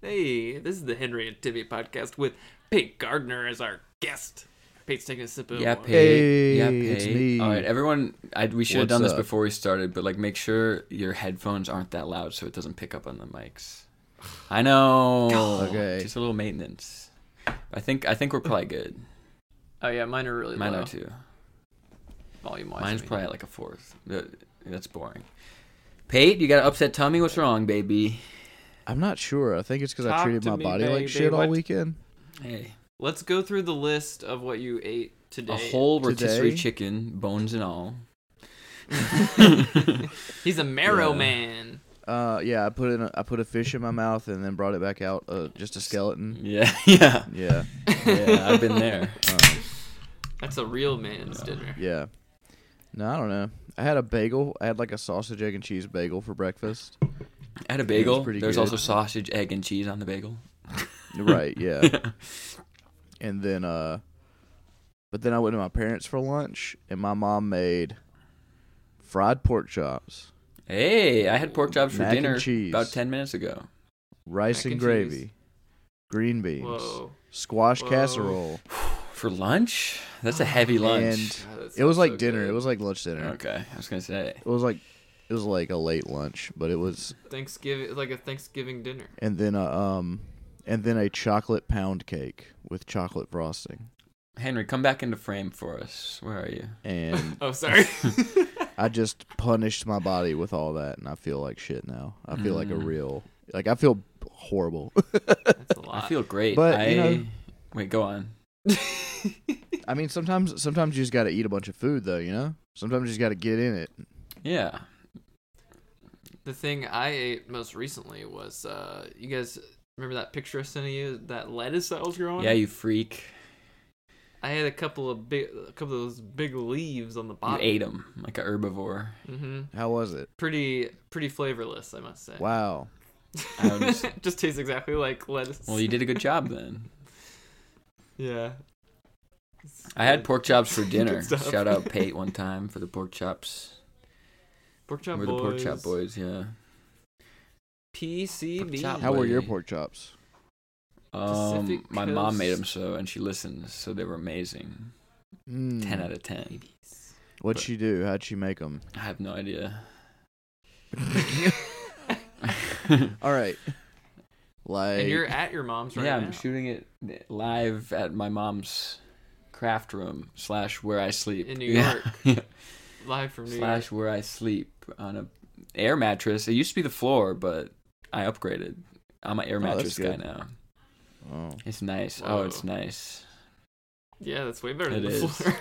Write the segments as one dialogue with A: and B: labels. A: Hey, this is the Henry and Tibby podcast with Pete Gardner as our guest. Pete's taking a sip of
B: Yeah,
A: wine.
B: Pate. yeah,
C: Hey,
B: Pate.
C: it's me.
B: All right, everyone. I, we should have
C: What's
B: done this
C: up?
B: before we started, but like, make sure your headphones aren't that loud so it doesn't pick up on the mics. I know.
C: Okay.
B: Just a little maintenance. I think I think we're probably good.
A: Oh yeah, mine are really
B: Mine
A: low
B: are too.
A: volume wise.
B: Mine's probably at like a fourth. That- That's boring. Pate, you got an upset tummy? What's wrong, baby?
C: I'm not sure. I think it's because I
A: Talk
C: treated
A: to
C: my
A: me,
C: body
A: baby.
C: like shit all
A: What-
C: weekend.
B: Hey,
A: Let's go through the list of what you ate today.
B: a whole rotisserie
C: Today?
B: chicken, bones and all.
A: He's a marrow
B: Yeah.
A: man.
C: Uh, yeah, I put in a, I put a fish in my mouth and then brought it back out, uh, just a skeleton.
B: Yeah, yeah,
C: Yeah,
B: yeah. I've been there.
A: That's a real man's dinner.
C: yeah. No, I don't know. I had a bagel. I had like a sausage, egg, and cheese bagel for breakfast.
B: I had a bagel.
C: pretty
B: There's
C: good.
B: also sausage, egg, and cheese on the bagel.
C: Right, yeah. and then uh but then I went to my parents for lunch and my mom made fried pork chops,
B: Hey, I had pork chops for
C: Mac and
B: dinner
C: cheese.
B: about ten minutes ago.
A: Mac
C: rice and,
A: and cheese.
C: gravy, green beans,
A: Whoa.
C: squash
A: Whoa.
C: casserole.
B: For lunch?
C: Ah,
B: That's a heavy lunch.
A: God, that
C: It was
A: sounds
C: like
A: so
C: dinner.
A: good.
C: It was like lunch dinner.
B: Okay, I was gonna say.
C: It was like it was like a late lunch, but it was
A: Thanksgiving, like a Thanksgiving dinner.
C: and then a um and then a chocolate pound cake with chocolate frosting.
B: Henry, come back into frame for us. Where are you?
C: And
A: Oh, sorry.
C: I just punished my body with all that, and I feel like shit now. I feel like a real, like I feel horrible.
A: That's a lot.
B: I feel great.
C: But,
B: I
C: you know-
B: wait, go on.
C: I mean, sometimes, sometimes you just got to eat a bunch of food, though. You know, sometimes you just got to get in it.
B: Yeah.
A: The thing I ate most recently was uh you guys remember that picture I sent you that lettuce that was growing?
B: Yeah, you freak.
A: I had a couple of big a couple of those big leaves on the
B: You
A: bottom.
B: ate them like a herbivore.
A: hmm
C: How was it?
A: Pretty pretty flavorless, I must say.
C: Wow.
B: I would just-
A: Just tastes exactly like lettuce.
B: well, you did a good job then.
A: Yeah.
B: I had pork chops for dinner.
A: Good stuff.
B: Shout out Pate one time for the pork chops.
A: pork chop
B: We're
A: boys.
B: the pork chop boys. Yeah.
A: PCB.
B: Pork chop
C: How were your
B: Wait.
C: pork chops?
B: Um,
A: Pacific
B: my mom made
A: Coast.
B: them so, and she listens, so they were amazing.
A: Hmm.
C: Mm.
B: Ten out of ten.
C: What'd she do? How'd she make them?
B: I have no idea.
C: All right. Like
A: And you're at your mom's right
B: yeah,
A: now.
B: I'm shooting it live at my mom's craft room slash where I sleep
A: In New
B: Yeah.
A: Live from New York.
B: slash where I sleep on a air mattress. It used to be the floor, but I upgraded. I'm an air
C: Oh,
B: mattress
C: that's
B: guy
C: good.
B: now.
C: oh.
B: It's nice. Oh,
A: Whoa.
B: it's nice.
A: Yeah, that's way better
B: It
A: than the
B: is.
A: floor.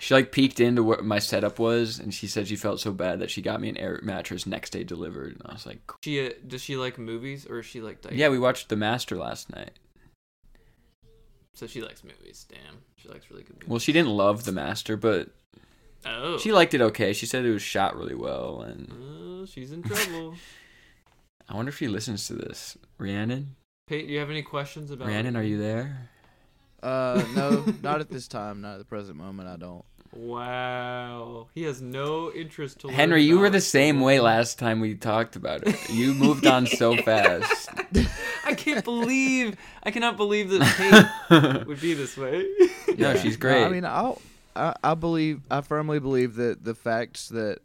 B: She like peeked into what my setup was, and she said she felt so bad that she got me an air mattress next day delivered. And I was like,
A: she uh, does she like movies or is she like diet?
B: yeah, we watched The Master last night.
A: So she likes movies. Damn, she likes really good movies.
B: Well, she didn't love The Master, but
A: oh,
B: she liked it okay. She said it was shot really well, and
A: oh, she's in trouble.
B: I wonder if she listens to this. Rhiannon,
A: Pate, do you have any questions about?
B: Rhiannon, are you there?
C: Uh, no, not at this time. Not at the present moment. I don't.
A: Wow, he has no interest to. learn
B: Henry, you were
A: about-
B: the same way last time we talked about it. You moved on so fast.
A: I can't believe. I cannot believe that Pate would be this way.
B: No, she's
C: No,
B: great.
C: I mean, I'll, I I believe I firmly believe that the facts that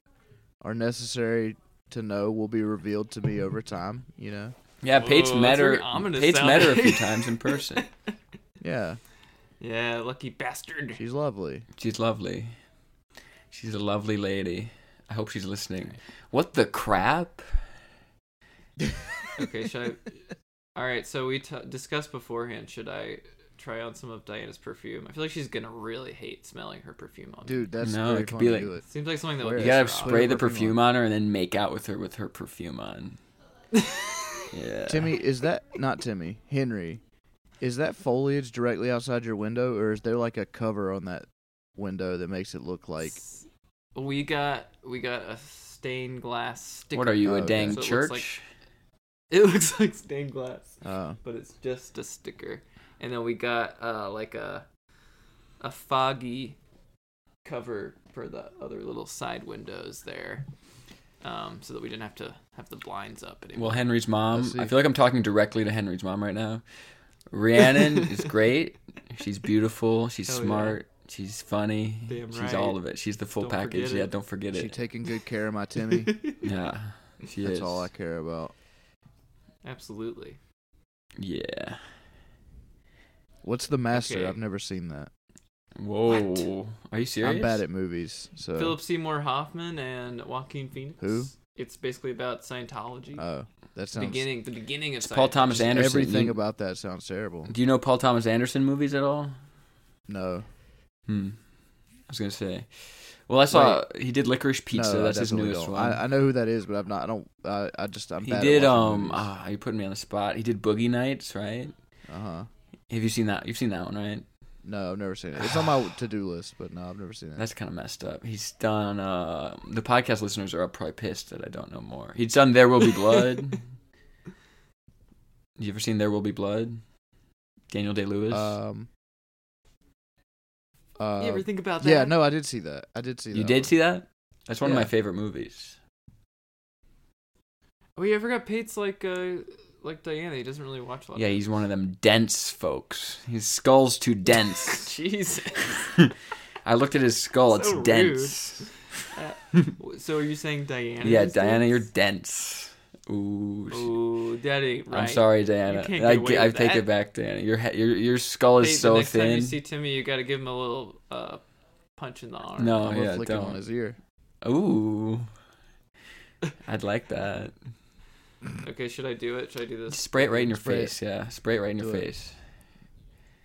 C: are necessary to know will be revealed to me over time. You know.
B: yeah, Pate's
A: Whoa,
B: met
A: that's very
B: her.
A: ominous
B: Pate's met her a few
A: sounding.
B: times in person.
C: Yeah,
A: yeah, lucky bastard.
C: she's lovely.
B: She's lovely. She's a lovely lady. I hope she's listening. What the crap?
A: Okay, should I? All right, so we t- discussed beforehand. Should I try on some of Diana's perfume? I feel like she's gonna really hate smelling her perfume on. me.
C: Dude, that's
B: No,
C: very
B: it could
C: fun
B: be
C: to
B: like-
C: do it.
A: seems like something that
C: Where
A: would.
B: You
C: is
A: piss her
B: gotta
A: off.
C: Put
B: spray
C: her
B: the
C: perfume
B: perfume on her and then make out with her with her perfume on. Yeah.
C: Timmy, is that not Timmy? Henry, is that foliage directly outside your window, or is there like a cover on that window that makes it look like?
A: We got we got a stained glass sticker.
B: What are you,
C: Oh,
B: a
C: okay.
B: dang
A: So it looks like-
B: church?
A: It looks like stained glass,
C: Uh,
A: but it's just a sticker. And then we got uh like a a foggy cover for the other little side windows there. um, so that we didn't have to have the blinds up anymore.
B: Well, Henry's
C: Let's
B: mom.
C: see.
B: I feel like I'm talking directly to Henry's mom right now. Rhiannon is great. She's beautiful. She's
A: Hell yeah.
B: smart. She's funny.
A: Damn
B: she's
A: right.
B: all of it. She's the full
A: Don't
B: package.
A: forget it.
B: Yeah, don't forget
C: She
B: it.
C: taking good care of my Timmy.
B: yeah, she
C: That's
B: is.
C: all I care about.
A: Absolutely.
B: Yeah.
C: What's the master?
A: Okay.
C: I've never seen that.
B: Whoa. Are you serious?
C: I'm bad at movies,
B: Uh,
C: so
A: Philip Seymour Hoffman and Joaquin Phoenix.
C: Who?
A: It's basically about Scientology.
C: oh, that
A: the
C: sounds
A: beginning, the beginning of
B: Uh, It's Paul
A: Scientology.
B: Thomas Anderson.
C: everything
B: You-
C: about that sounds terrible.
B: Do you know Paul Thomas Anderson movies at all?
C: No,
B: Hmm. I was gonna say. Well, I saw he did Licorice Pizza.
C: no, I
B: That's his
C: definitely
B: newest
C: don't.
B: one.
C: I, I know who that is, but I've not. I don't. I, I just I'm
B: he
C: bad.
B: did.
C: at
B: Um. Ah, you put me on the spot. He did Boogie Nights, right?
C: uh huh.
B: Have you seen that? You've seen that one, right?
C: No, I've never seen it. It's on my to do list, but no, I've never seen it.
B: That's kind of messed up. He's done. Uh, the podcast listeners are probably pissed that I don't know more. He's done. There will be blood. you ever seen There Will Be Blood? Daniel Day Lewis.
C: um.
A: You
C: uh,
A: ever think about that?
C: yeah, no, I did see that. I did see that.
B: you did
C: one.
B: see that? That's one of
C: Yeah.
B: my favorite movies.
A: Oh, yeah, I forgot Pate's like uh, like Diana. He doesn't really watch a lot.
B: Yeah, he's one of them dense folks. His skull's too dense.
A: Jesus.
B: I looked at his skull. It's
A: So rude.
B: dense.
A: so are you saying Diana?
B: yeah,
A: is
B: Diana,
A: dense?
B: you're dense. Ooh. sh-
A: Oh, that ain't right.
B: I'm sorry, Diana.
A: can't get
B: I,
A: away
B: I
A: with
B: take
A: that.
B: it back, Diana. Your he- your your skull
A: Hey,
B: is so
A: the next time
B: thin.
A: you see Timmy, you got to give him a little uh, punch in the arm.
B: no,
C: I'm
B: yeah,
C: flicking on
B: don't.
C: his ear.
B: Ooh. I'd like that.
A: Okay, should I do it? Should I do this?
B: Just spray it right in your
C: Spray it.
B: face. Yeah, spray it right in your
C: Do it.
B: face.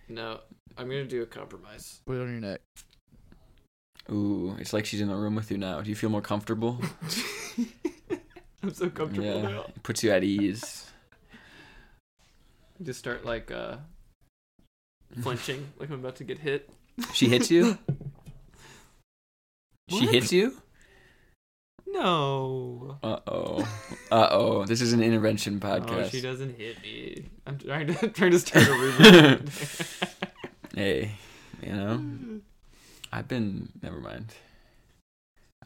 A: No, I'm gonna do a compromise.
C: Put it on your neck.
B: Ooh, it's like she's in the room with you now. Do you feel more comfortable?
A: I'm so comfortable
B: yeah,
A: now.
B: it puts you at ease.
A: Just start like uh, flinching, like I'm about to get hit.
B: She hits you. She
A: What?
B: hits you.
A: No.
B: Uh oh. Uh oh. This is an intervention
A: Oh,
B: podcast.
A: she doesn't hit me. I'm trying to trying to start a rumor.
B: Hey, you know, I've been. Never mind.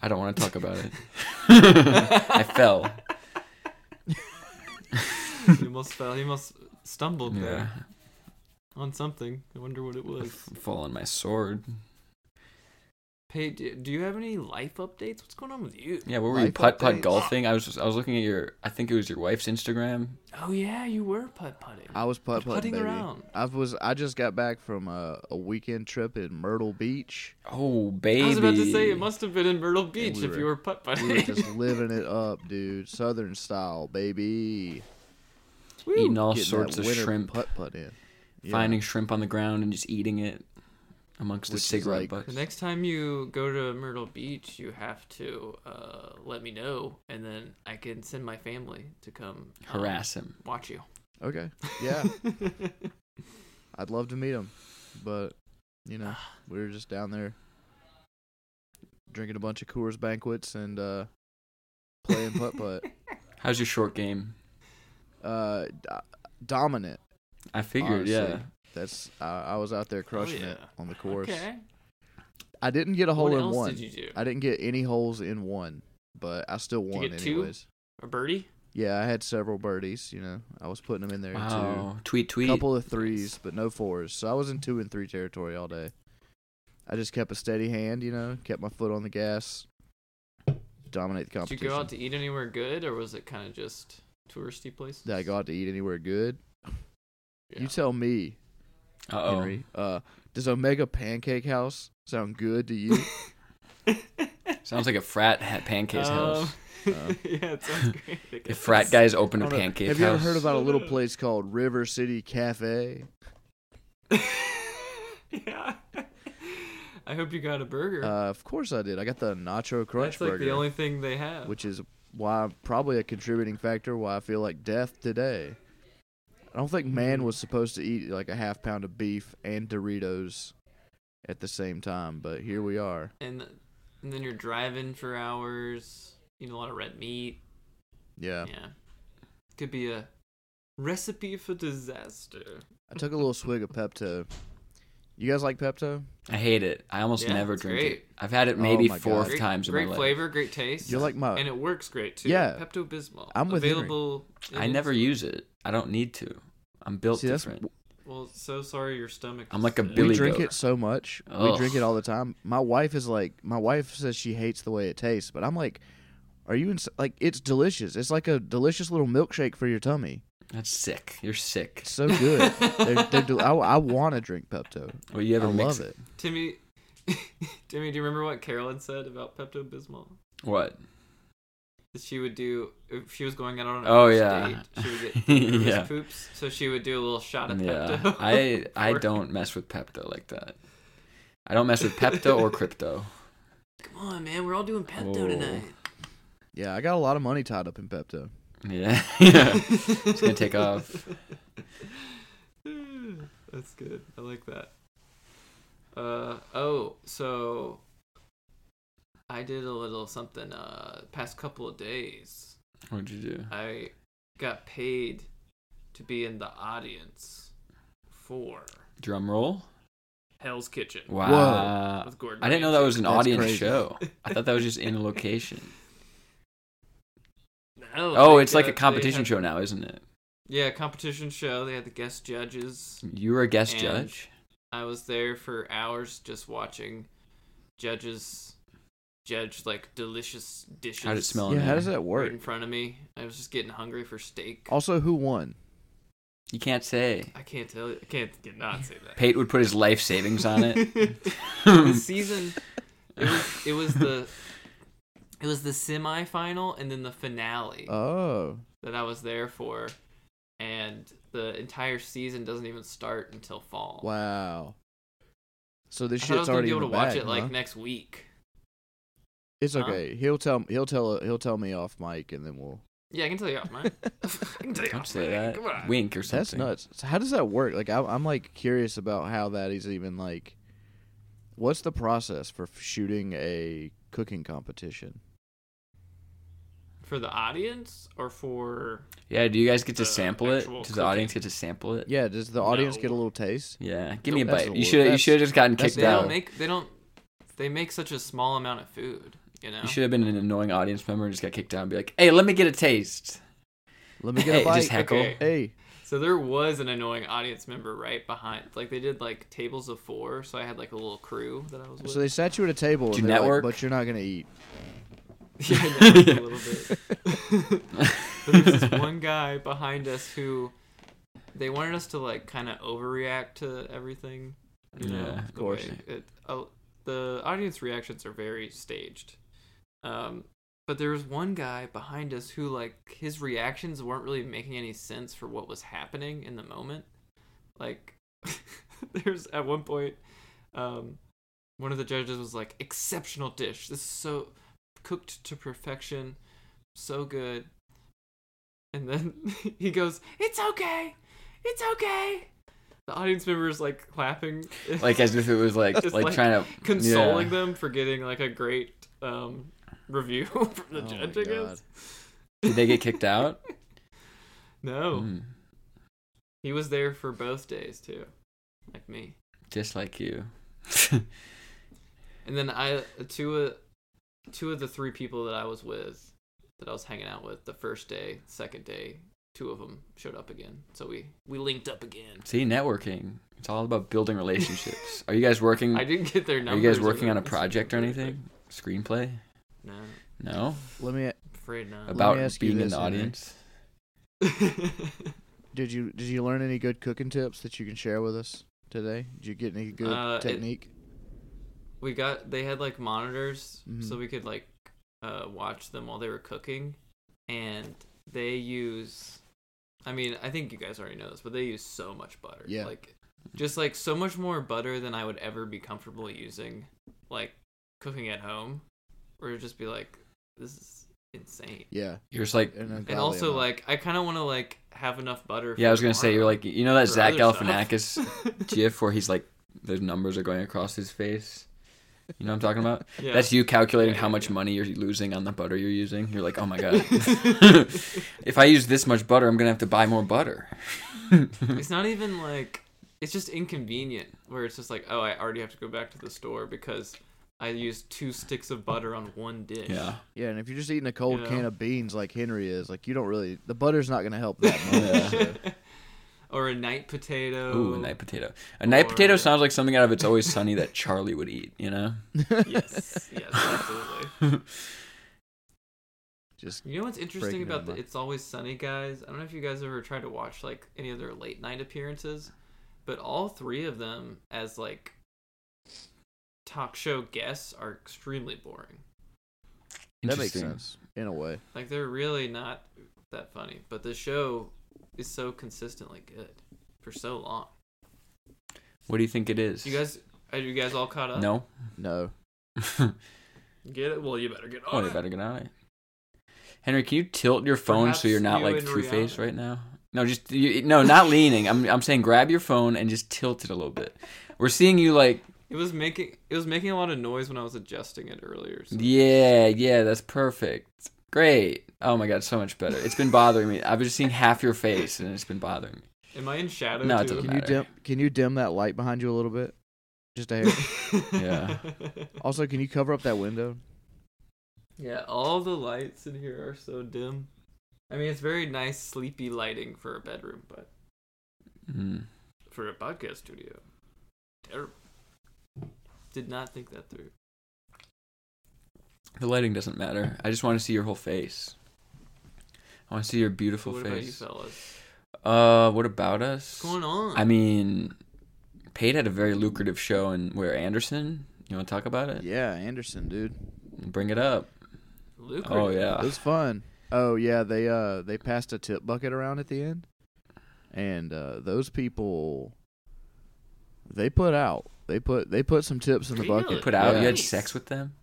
B: I don't want to talk about it. I fell.
A: you almost fell. You almost stumbled
B: Yeah,
A: there on something. I wonder what it was.
B: fall on my sword.
A: Pate, do- do you have any life updates? What's going on with you?
B: Yeah, what were you
C: Life
B: putt putt
C: updates.
B: golfing? I was I was looking at your. I think it was your wife's Instagram.
A: Oh yeah, you were putt putting.
B: Oh,
C: I was putt
A: putting
C: putting baby.
A: around.
C: I was. I just got back from a, a weekend trip in Myrtle Beach.
B: Oh baby.
A: I was about to say it must have been in Myrtle Beach
C: we
A: if
C: were-
A: you were putt putting.
C: We were just living it up, dude. Southern style, baby.
B: eating all
C: Getting that
B: sorts of
C: winter
B: shrimp,
C: Putt putt in. Yeah.
B: finding shrimp on the ground and just eating it amongst
C: Which
B: the
C: is
B: cigarette
C: like-
B: butts.
A: The next time you go to Myrtle Beach, you have to uh, let me know, and then I can send my family to come um,
B: Harass him.
A: watch you.
C: Okay. Yeah. I'd love to meet him, but you know, we were just down there drinking a bunch of Coors banquets and uh, playing putt putt.
B: How's your short game?
C: uh, do- dominant.
B: I figured. Yeah.
C: honestly. That's I, I was out there crushing it
A: Oh, yeah.
C: on the course.
A: Okay.
C: I didn't get a hole
A: what
C: in
A: else
C: one.
A: did you do?
C: I didn't get any holes in one, but I still
A: you
C: won
A: get two?
C: anyways.
A: A birdie?
C: Yeah, I had several birdies. You know, I was putting them in there too.
B: Wow. Tweet tweet.
C: couple of threes, but no fours. So I was in two and three territory all day. I just kept a steady hand, you know, kept my foot on the gas, dominate the
A: Did you
C: competition.
A: go out to eat anywhere good, or was it kind of just touristy places?
C: Did I go out to eat anywhere good?
A: Yeah.
C: You tell me,
B: Uh oh.
C: Henry. Uh, does Omega Pancake House sound good to you?
B: Sounds like a frat ha- pancake house.
A: Um,
C: Uh,
A: yeah, it sounds great. I
B: If
A: guess.
B: frat guys open
C: I
B: a
C: don't know.
B: pancake
C: Have
B: house.
C: you ever heard about a little place called River City Cafe?
A: yeah. I hope you got a burger.
C: Uh, of course I did. I got the Nacho Crunch
A: That's like
C: Burger.
A: the only thing they have.
C: which is why probably a contributing factor why I feel like death today. I don't think man was supposed to eat like a half pound of beef and Doritos at the same time, but here we are.
A: and and then you're driving for hours, eating a lot of red meat.
C: Yeah.
A: Yeah, could be a recipe for disaster.
C: I took a little swig of Pepto You guys like Pepto?
B: I hate it. I almost
A: Yeah,
B: never
A: it's
B: drink
A: great.
B: it. I've had it
C: Oh
B: maybe
C: my God.
B: four
A: Great,
B: times in
A: great
B: my life.
A: flavor, great taste.
C: You're like my.
A: and it works great too.
C: Yeah.
A: Pepto Bismol.
C: I'm with Henry.
A: available. in
B: I never
A: its-
B: use it. I don't need to. I'm built
C: See, that's-
B: different.
A: Well, so sorry, your stomach.
B: I'm
A: is
B: like a
A: sick.
B: Billy
C: we drink
B: goat.
C: it so much. We drink
B: Ugh.
C: it all the time. My wife is like, my wife says she hates the way it tastes, but I'm like, are you ins- like? It's delicious. It's like a delicious little milkshake for your tummy.
B: That's sick. You're sick.
C: It's so good. they're, they're del- I, want to drink Pepto.
B: Well, you
C: I
B: ever mix
C: love
B: it?
C: it.
A: Timmy. Timmy, do you remember what Carolyn said about Pepto Bismol?
B: What?
A: That she would do if she was going out on a
B: Oh,
A: first
B: yeah.
A: date. She would get nervous
B: Yeah.
A: poops, so she would do a little shot of
B: Yeah.
A: Pepto.
B: I I
A: before-
B: don't mess with Pepto like that. I don't mess with Pepto or crypto.
A: Come on, man, we're all doing Pepto
B: Oh.
A: tonight.
C: Yeah, I got a lot of money tied up in Pepto.
B: Yeah. it's gonna take off.
A: That's good. I like that. Uh oh, so I did a little something uh past couple of days.
B: What'd you do?
A: I got paid to be in the audience for
B: Drum roll.
A: Hell's Kitchen
B: Wow.
A: with Gordon.
B: I didn't know that was an
C: That's
B: audience
C: crazy.
B: show. I thought that was just in a location.
A: Ramsay. I don't
B: Oh,
A: think,
B: it's like
A: uh,
B: a
A: they
B: competition
A: had-
B: show now, isn't it?
A: Yeah, competition show. They had the guest judges.
B: You were a guest
A: And-
B: judge.
A: I was there for hours just watching judges judge like delicious dishes.
B: How'd it smell? in
C: yeah, how
B: there?
C: does that
A: Right
C: work?
A: in front of me. I was just getting hungry for steak.
C: Also, who won?
B: You can't say.
A: I can't tell you. I can't get not say that.
B: Pate would put his life savings on it.
A: the season. It was. It was the. It was the semifinal and then the finale
C: Oh,
A: that I was there for, and the entire season doesn't even start until fall.
C: wow. So this
A: I thought I was
C: shit's
A: gonna
C: already
A: be
C: in
A: able
C: the
A: to watch
C: bag,
A: it like
C: huh?
A: next week.
C: It's
A: huh?
C: okay. He'll tell he'll tell he'll tell me off mic, and then we'll.
A: Yeah, I can tell you off mine. I can tell you
B: Don't
A: off
B: say
A: mine.
B: that.
A: Come on.
B: Wink or something.
C: That's nuts. So how does that work? Like I, I'm like curious about how that is even like. What's the process for f- shooting a cooking competition?
A: for the audience or for
B: Yeah, do you guys get to
A: The
B: sample it?
A: Uh, actual
B: Does the audience get to sample it?
C: Yeah, does the audience
A: No.
C: get a little taste?
B: Yeah, give me a
C: That's
B: bite.
C: the
B: You
C: wor-
B: should you
C: that's-
B: should have just gotten
C: that's
B: kicked
A: they
C: the-
A: don't
B: out.
A: make they don't they make such a small amount of food. You know.
B: You should have been an annoying audience member and just got kicked out and be like, "Hey, let me get a taste."
C: Let me get
B: Hey,
C: a bite.
B: just heckle.
A: Okay.
C: hey,
A: So there was an annoying audience member right behind. Like they did like tables of four, so I had like a little crew that I was with.
C: so they sat you at a table,
B: Do
C: and they're like,
B: network?
C: but you're not gonna eat.
A: yeah, I know, a little bit. but there's this one guy behind us who they wanted us to like kind of overreact to everything. You know,
B: Yeah, of
A: the
B: course.
A: way It, oh, the audience reactions are very staged. Um, but there was one guy behind us who like his reactions weren't really making any sense for what was happening in the moment. Like, there's at one point, um, one of the judges was like, "Exceptional dish. This is so cooked to perfection, so good." And then he goes, "It's okay, it's okay." The audience member is like clapping,
B: Like as if it was like
A: Just,
B: like,
A: like,
B: trying to
A: consoling
B: yeah.
A: them for getting like a great um, review from the
C: Oh my
A: judge. I guess.
B: Did they get kicked out?
A: No,
B: Mm,
A: he was there for both days too, like me.
B: just like you.
A: And then I two of two of the three people that I was with, that I was hanging out with the first day, second day, two of them showed up again. So we we linked up again.
B: See, networking. It's all about building relationships. Are you guys working?
A: I didn't get their
B: Hmm. Are
A: numbers.
B: you guys
A: or
B: working on a
A: their-
B: project or anything? Screenplay?
A: No, I'm
B: No.
C: Let me.
A: afraid not.
B: About
C: ask you
B: being in
C: this,
B: the
C: Henry.
B: audience.
C: Did you did you learn any good cooking tips that you can share with us today? Did you get any good
A: Uh, it-
C: technique?
A: we got they had like monitors
C: Mhm.
A: so we could like uh, watch them while they were cooking, and they use. I mean, I think you guys already know this, but they use so much butter.
C: Yeah.
A: Like, just like so much more butter than I would ever be comfortable using, like cooking at home, where it'd just be like, this is insane.
C: yeah,
B: You're just like
C: and, a
A: And
C: godly
A: also,
C: amount.
A: like, I kind of want to like have enough butter.
B: Yeah, I
A: for
B: was gonna say you're like you know that
A: For
B: Zach
A: other stuff.
B: Galifianakis GIF where he's like the numbers are going across his face. You know what I'm talking about?
A: Yeah.
B: That's you calculating
A: Yeah,
B: how
A: yeah,
B: much
A: yeah.
B: money you're losing on the butter you're using. You're like, oh my god, if I use this much butter, I'm gonna have to buy more butter.
A: It's not even like it's just inconvenient where it's just like, oh, I already have to go back to the store because I used two sticks of butter on one dish.
B: Yeah.
C: Yeah, and if you're just eating a cold
A: You know?
C: can of beans like Henry is, like you don't really the butter's not gonna help that much. so.
A: or a night potato.
B: Oh, Ooh, a night potato. A night potato
A: Or-
B: sounds like something out of It's Always Sunny that Charlie would eat, you know?
A: Yes, yes, absolutely.
C: Just
A: You know what's interesting
C: Breaking it
A: about
C: up.
A: the It's Always Sunny guys? I don't know if you guys ever tried to watch like any of their late night appearances, but all three of them as like talk show guests are extremely boring.
C: that makes
B: Interesting.
C: sense in a way.
A: Like they're really not that funny, but the show is so consistently good for so long.
B: What do you think it is?
A: So you guys are you guys all caught up?
B: No.
C: No,
A: Get it? Well, you better get
B: oh,
A: on
B: you
A: it.
B: better get on it. Henry, can you tilt your phone so you're
A: Perhaps
B: not
A: you
B: like
A: and
B: Two Face
A: Rihanna.
B: right now? No, just you, no, not leaning. I'm I'm saying grab your phone and just tilt it a little bit. We're seeing you like
A: It was making it was making a lot of noise when I was adjusting it earlier. So.
B: yeah, yeah, that's perfect. Great. Oh my god, so much better. It's been bothering me. I've been seeing half your face and it's been bothering me.
A: Am I in shadow?
B: No, it
A: too?
B: doesn't
C: can you
B: Matter.
C: dim can you dim that light behind you a little bit? Just a hair.
B: Yeah.
C: also, can you cover up that window?
A: Yeah, all the lights in here are so dim. I mean, it's very nice, sleepy lighting for a bedroom, but
B: Mm.
A: for a podcast studio, terrible. Did not think that through.
B: The lighting doesn't matter. I just want to see your whole face. I want to see your beautiful
A: what about you
B: face.
A: fellas?
B: uh, what about us?
A: What's going on?
B: I mean, Pate had a very lucrative show, and where Anderson, you want to talk about it?
C: Yeah, Anderson, dude.
B: Bring it up.
A: Lucrative.
B: Oh yeah,
C: It was fun. Oh yeah, they uh they passed a tip bucket around at the end, and uh, those people they put out they put they put some tips in the
A: Really?
C: bucket.
B: put out. You had
A: Nice.
B: sex with them.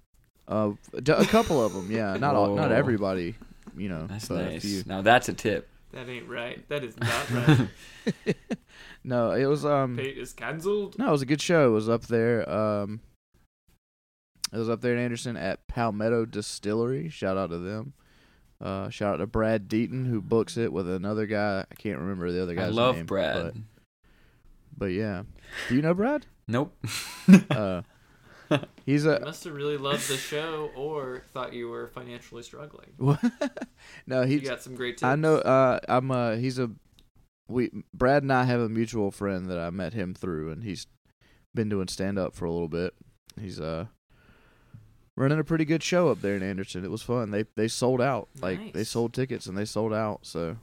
C: Uh, d- a couple of them, yeah. Not all, not
B: Whoa.
C: everybody, you know.
B: That's
C: but a few.
B: nice. Now that's a tip.
A: That ain't right. That is not right.
C: No, it was um.
A: Pate is cancelled.
C: No, it was a good show. It was up there. Um, it was up there in Anderson at Palmetto Distillery. Shout out to them. Uh, shout out to Brad Deaton who books it with another guy. I can't remember the other
B: I
C: guy's
B: love
C: name,
B: Brad.
C: But, but yeah, do you know Brad?
B: Nope.
C: Uh, he's
A: You
C: a
A: must have really loved the show or thought you were financially struggling.
C: no.
A: You
C: He's
A: got some great tips.
C: I know. Uh, I'm. Uh, he's a. We Brad and I have a mutual friend that I met him through, and he's been doing stand up for a little bit. He's uh running a pretty good show up there in Anderson. It was fun. They they sold out. Like they
A: Nice.
C: sold tickets and they sold out, so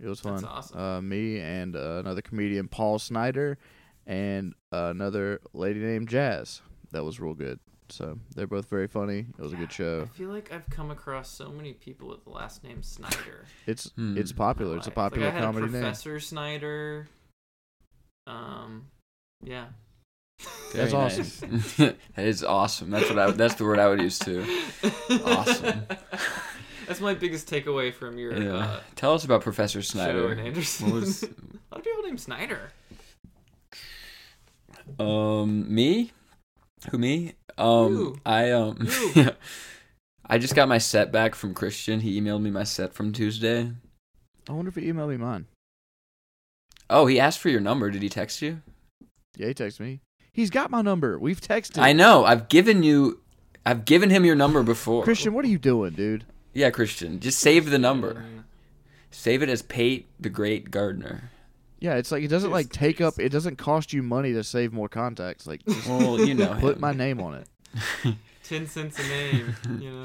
C: it was fun.
A: That's awesome.
C: Uh, me and uh, another comedian, Paul Snyder, and uh, another lady named Jazz. That was real good. So they're both very funny. Oh, It was a good
A: I
C: show.
A: feel like I've come across so many people with the last name Snyder.
C: It's
B: Hmm.
C: it's popular. It's a
A: Mm. Like, like,
C: popular
A: I had
C: comedy
A: a
C: name.
A: Professor Snyder. Um, yeah.
B: Very
C: That's
B: nice. that is awesome. That's what I. That's the word I would use too. Awesome.
A: That's my biggest takeaway from your
B: Yeah.
A: uh,
B: Tell us about Professor
A: show and
B: Snyder.
A: Anderson.
B: What was
A: a lot of people named Snyder.
B: um me? Who me? Um
A: You.
B: I um
A: You.
B: I just got my set back from Christian. He emailed me my set from Tuesday.
C: I wonder if he emailed me mine.
B: Oh, he asked for your number. Did he text you?
C: Yeah, he texted me. He's got my number. We've texted.
B: I know. I've given you. I've given him your number before.
C: Christian, what are you doing, dude?
B: Yeah, Christian. Just save the number.
A: Mm,
B: Save it as Pate the Great Gardener.
C: Yeah, it's like it doesn't like take up. It doesn't cost you money to save more contacts. Like just
B: Well, you know.
C: put
B: him.
C: my name on it.
A: Ten cents a name, you know.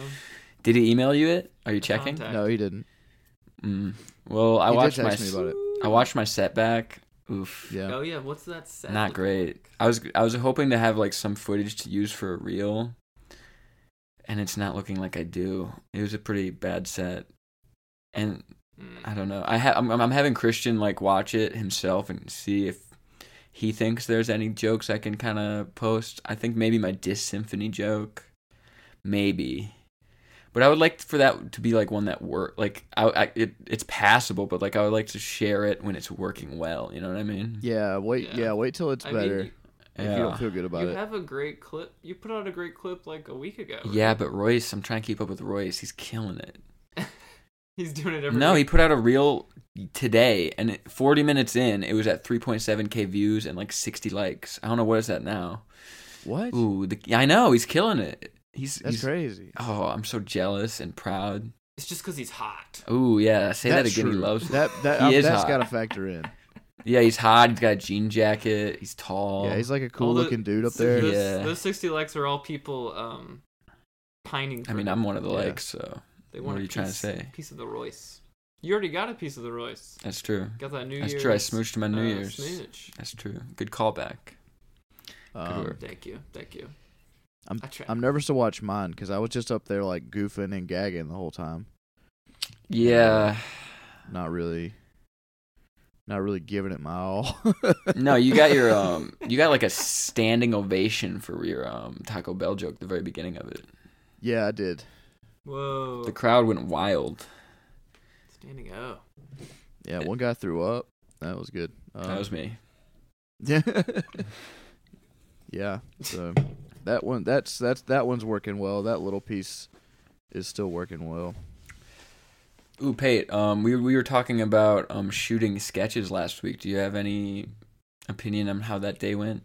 B: Did he email you it? Are you checking?
A: Contact.
C: No, he didn't.
B: Mm. Well, I
C: He did
B: watched my.
C: text me about it.
B: I watched my setback. Oof.
C: Yeah.
A: Oh yeah, what's that set?
B: Not
A: look
B: great.
A: like?
B: I was I was hoping to have like some footage to use for a reel, and it's not looking like I do. It was a pretty bad set, and
A: Mm.
B: I don't know. I ha- I'm, I'm having Christian like watch it himself and see if he thinks there's any jokes I can kind of post. I think maybe my dis symphony joke, maybe. But I would like for that to be like one that work. Like I, I it, it's passable, but like I would like to share it when it's working well. You know what I mean?
C: Yeah. Wait.
A: Yeah.
C: Yeah. Wait till it's
A: I mean,
C: better.
A: you-
C: if you don't feel good about
A: you
C: it.
A: have a great clip. You put out a great clip like a week ago.
B: Yeah, but Royce, I'm trying to keep up with Royce. He's killing it.
A: He's doing it every
B: No, he
A: week.
B: put out a reel today, and it- 40 minutes in, it was at 3.7k views and like 60 likes. I don't know what is that now.
C: What?
B: Ooh, the, yeah, I know he's killing it. He's,
C: That's
B: he's-
C: crazy.
B: Oh, I'm so jealous and proud.
A: It's just because he's hot.
B: Ooh, yeah, say that
C: That's
B: again. He
C: true.
B: loves.
C: that. That
B: He
C: I,
B: is
C: that's
B: hot.
C: got to factor in.
B: Yeah, he's hot. He's got a jean jacket. He's tall.
C: Yeah, he's like a cool
A: All the-
C: looking dude up
A: so
C: there.
A: Those,
B: Yeah.
A: those 60 likes are all people um, pining for.
B: I mean, I'm one of the
C: Yeah.
B: likes, so
A: They
B: what
A: want
B: are
A: a
B: you trying to
A: piece-
B: say?
A: Piece of the Royce. You already got a piece of the Royce.
B: that's true.
A: Got that New
B: That's
A: Year's.
B: true. I smooched my New
A: uh,
B: Year's.
A: smooch.
B: That's true. Good callback.
C: Um,
B: work.
A: Thank you. Thank you.
C: I'm-
A: I tried.
C: I'm nervous to watch mine because I was just up there like goofing and gagging the whole time,
B: Yeah.
C: not really, not really giving it my all.
B: No, you got your um, you got like a standing ovation for your um Taco Bell joke at the very beginning of it.
C: yeah, I did.
A: Whoa.
B: The crowd went wild.
A: Standing O.
C: Yeah, one guy threw up. That was good. Um,
B: that was me.
C: Yeah. yeah. So that one that's that's that one's working well. That little piece is still working well.
B: Ooh, Pate. Um, we we were talking about um shooting sketches last week. Do you have any opinion on how that day went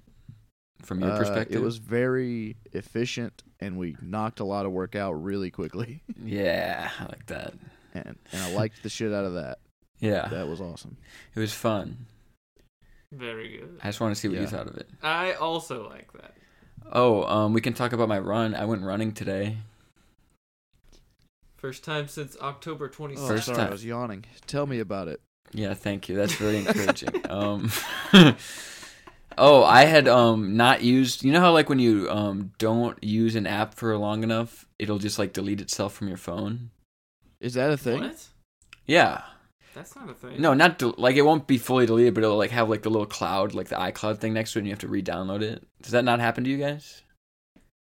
B: from your
C: Uh,
B: perspective?
C: It was very efficient and we knocked a lot of work out really quickly.
B: Yeah, I like that.
C: And and I liked the shit out of that.
B: Yeah,
C: That was awesome.
B: it was fun.
A: Very good.
B: I just want to see what you
C: Yeah.
B: thought of it.
A: I also like that.
B: Oh, um, we can talk about my run. I went running today.
A: First time since October 26th.
C: Oh,
B: First
C: sorry,
B: time.
C: I was yawning. Tell me about it.
B: Yeah, thank you. That's very encouraging. um, oh, I had um not used. You know how like when you um don't use an app for long enough, it'll just like delete itself from your phone.
C: Is that a thing?
A: What?
B: Yeah.
A: That's not a thing.
B: No, not del- like it won't be fully deleted, but it'll like have like the little cloud, like the iCloud thing next to it, and you have to re-download it. Does that not happen to you guys,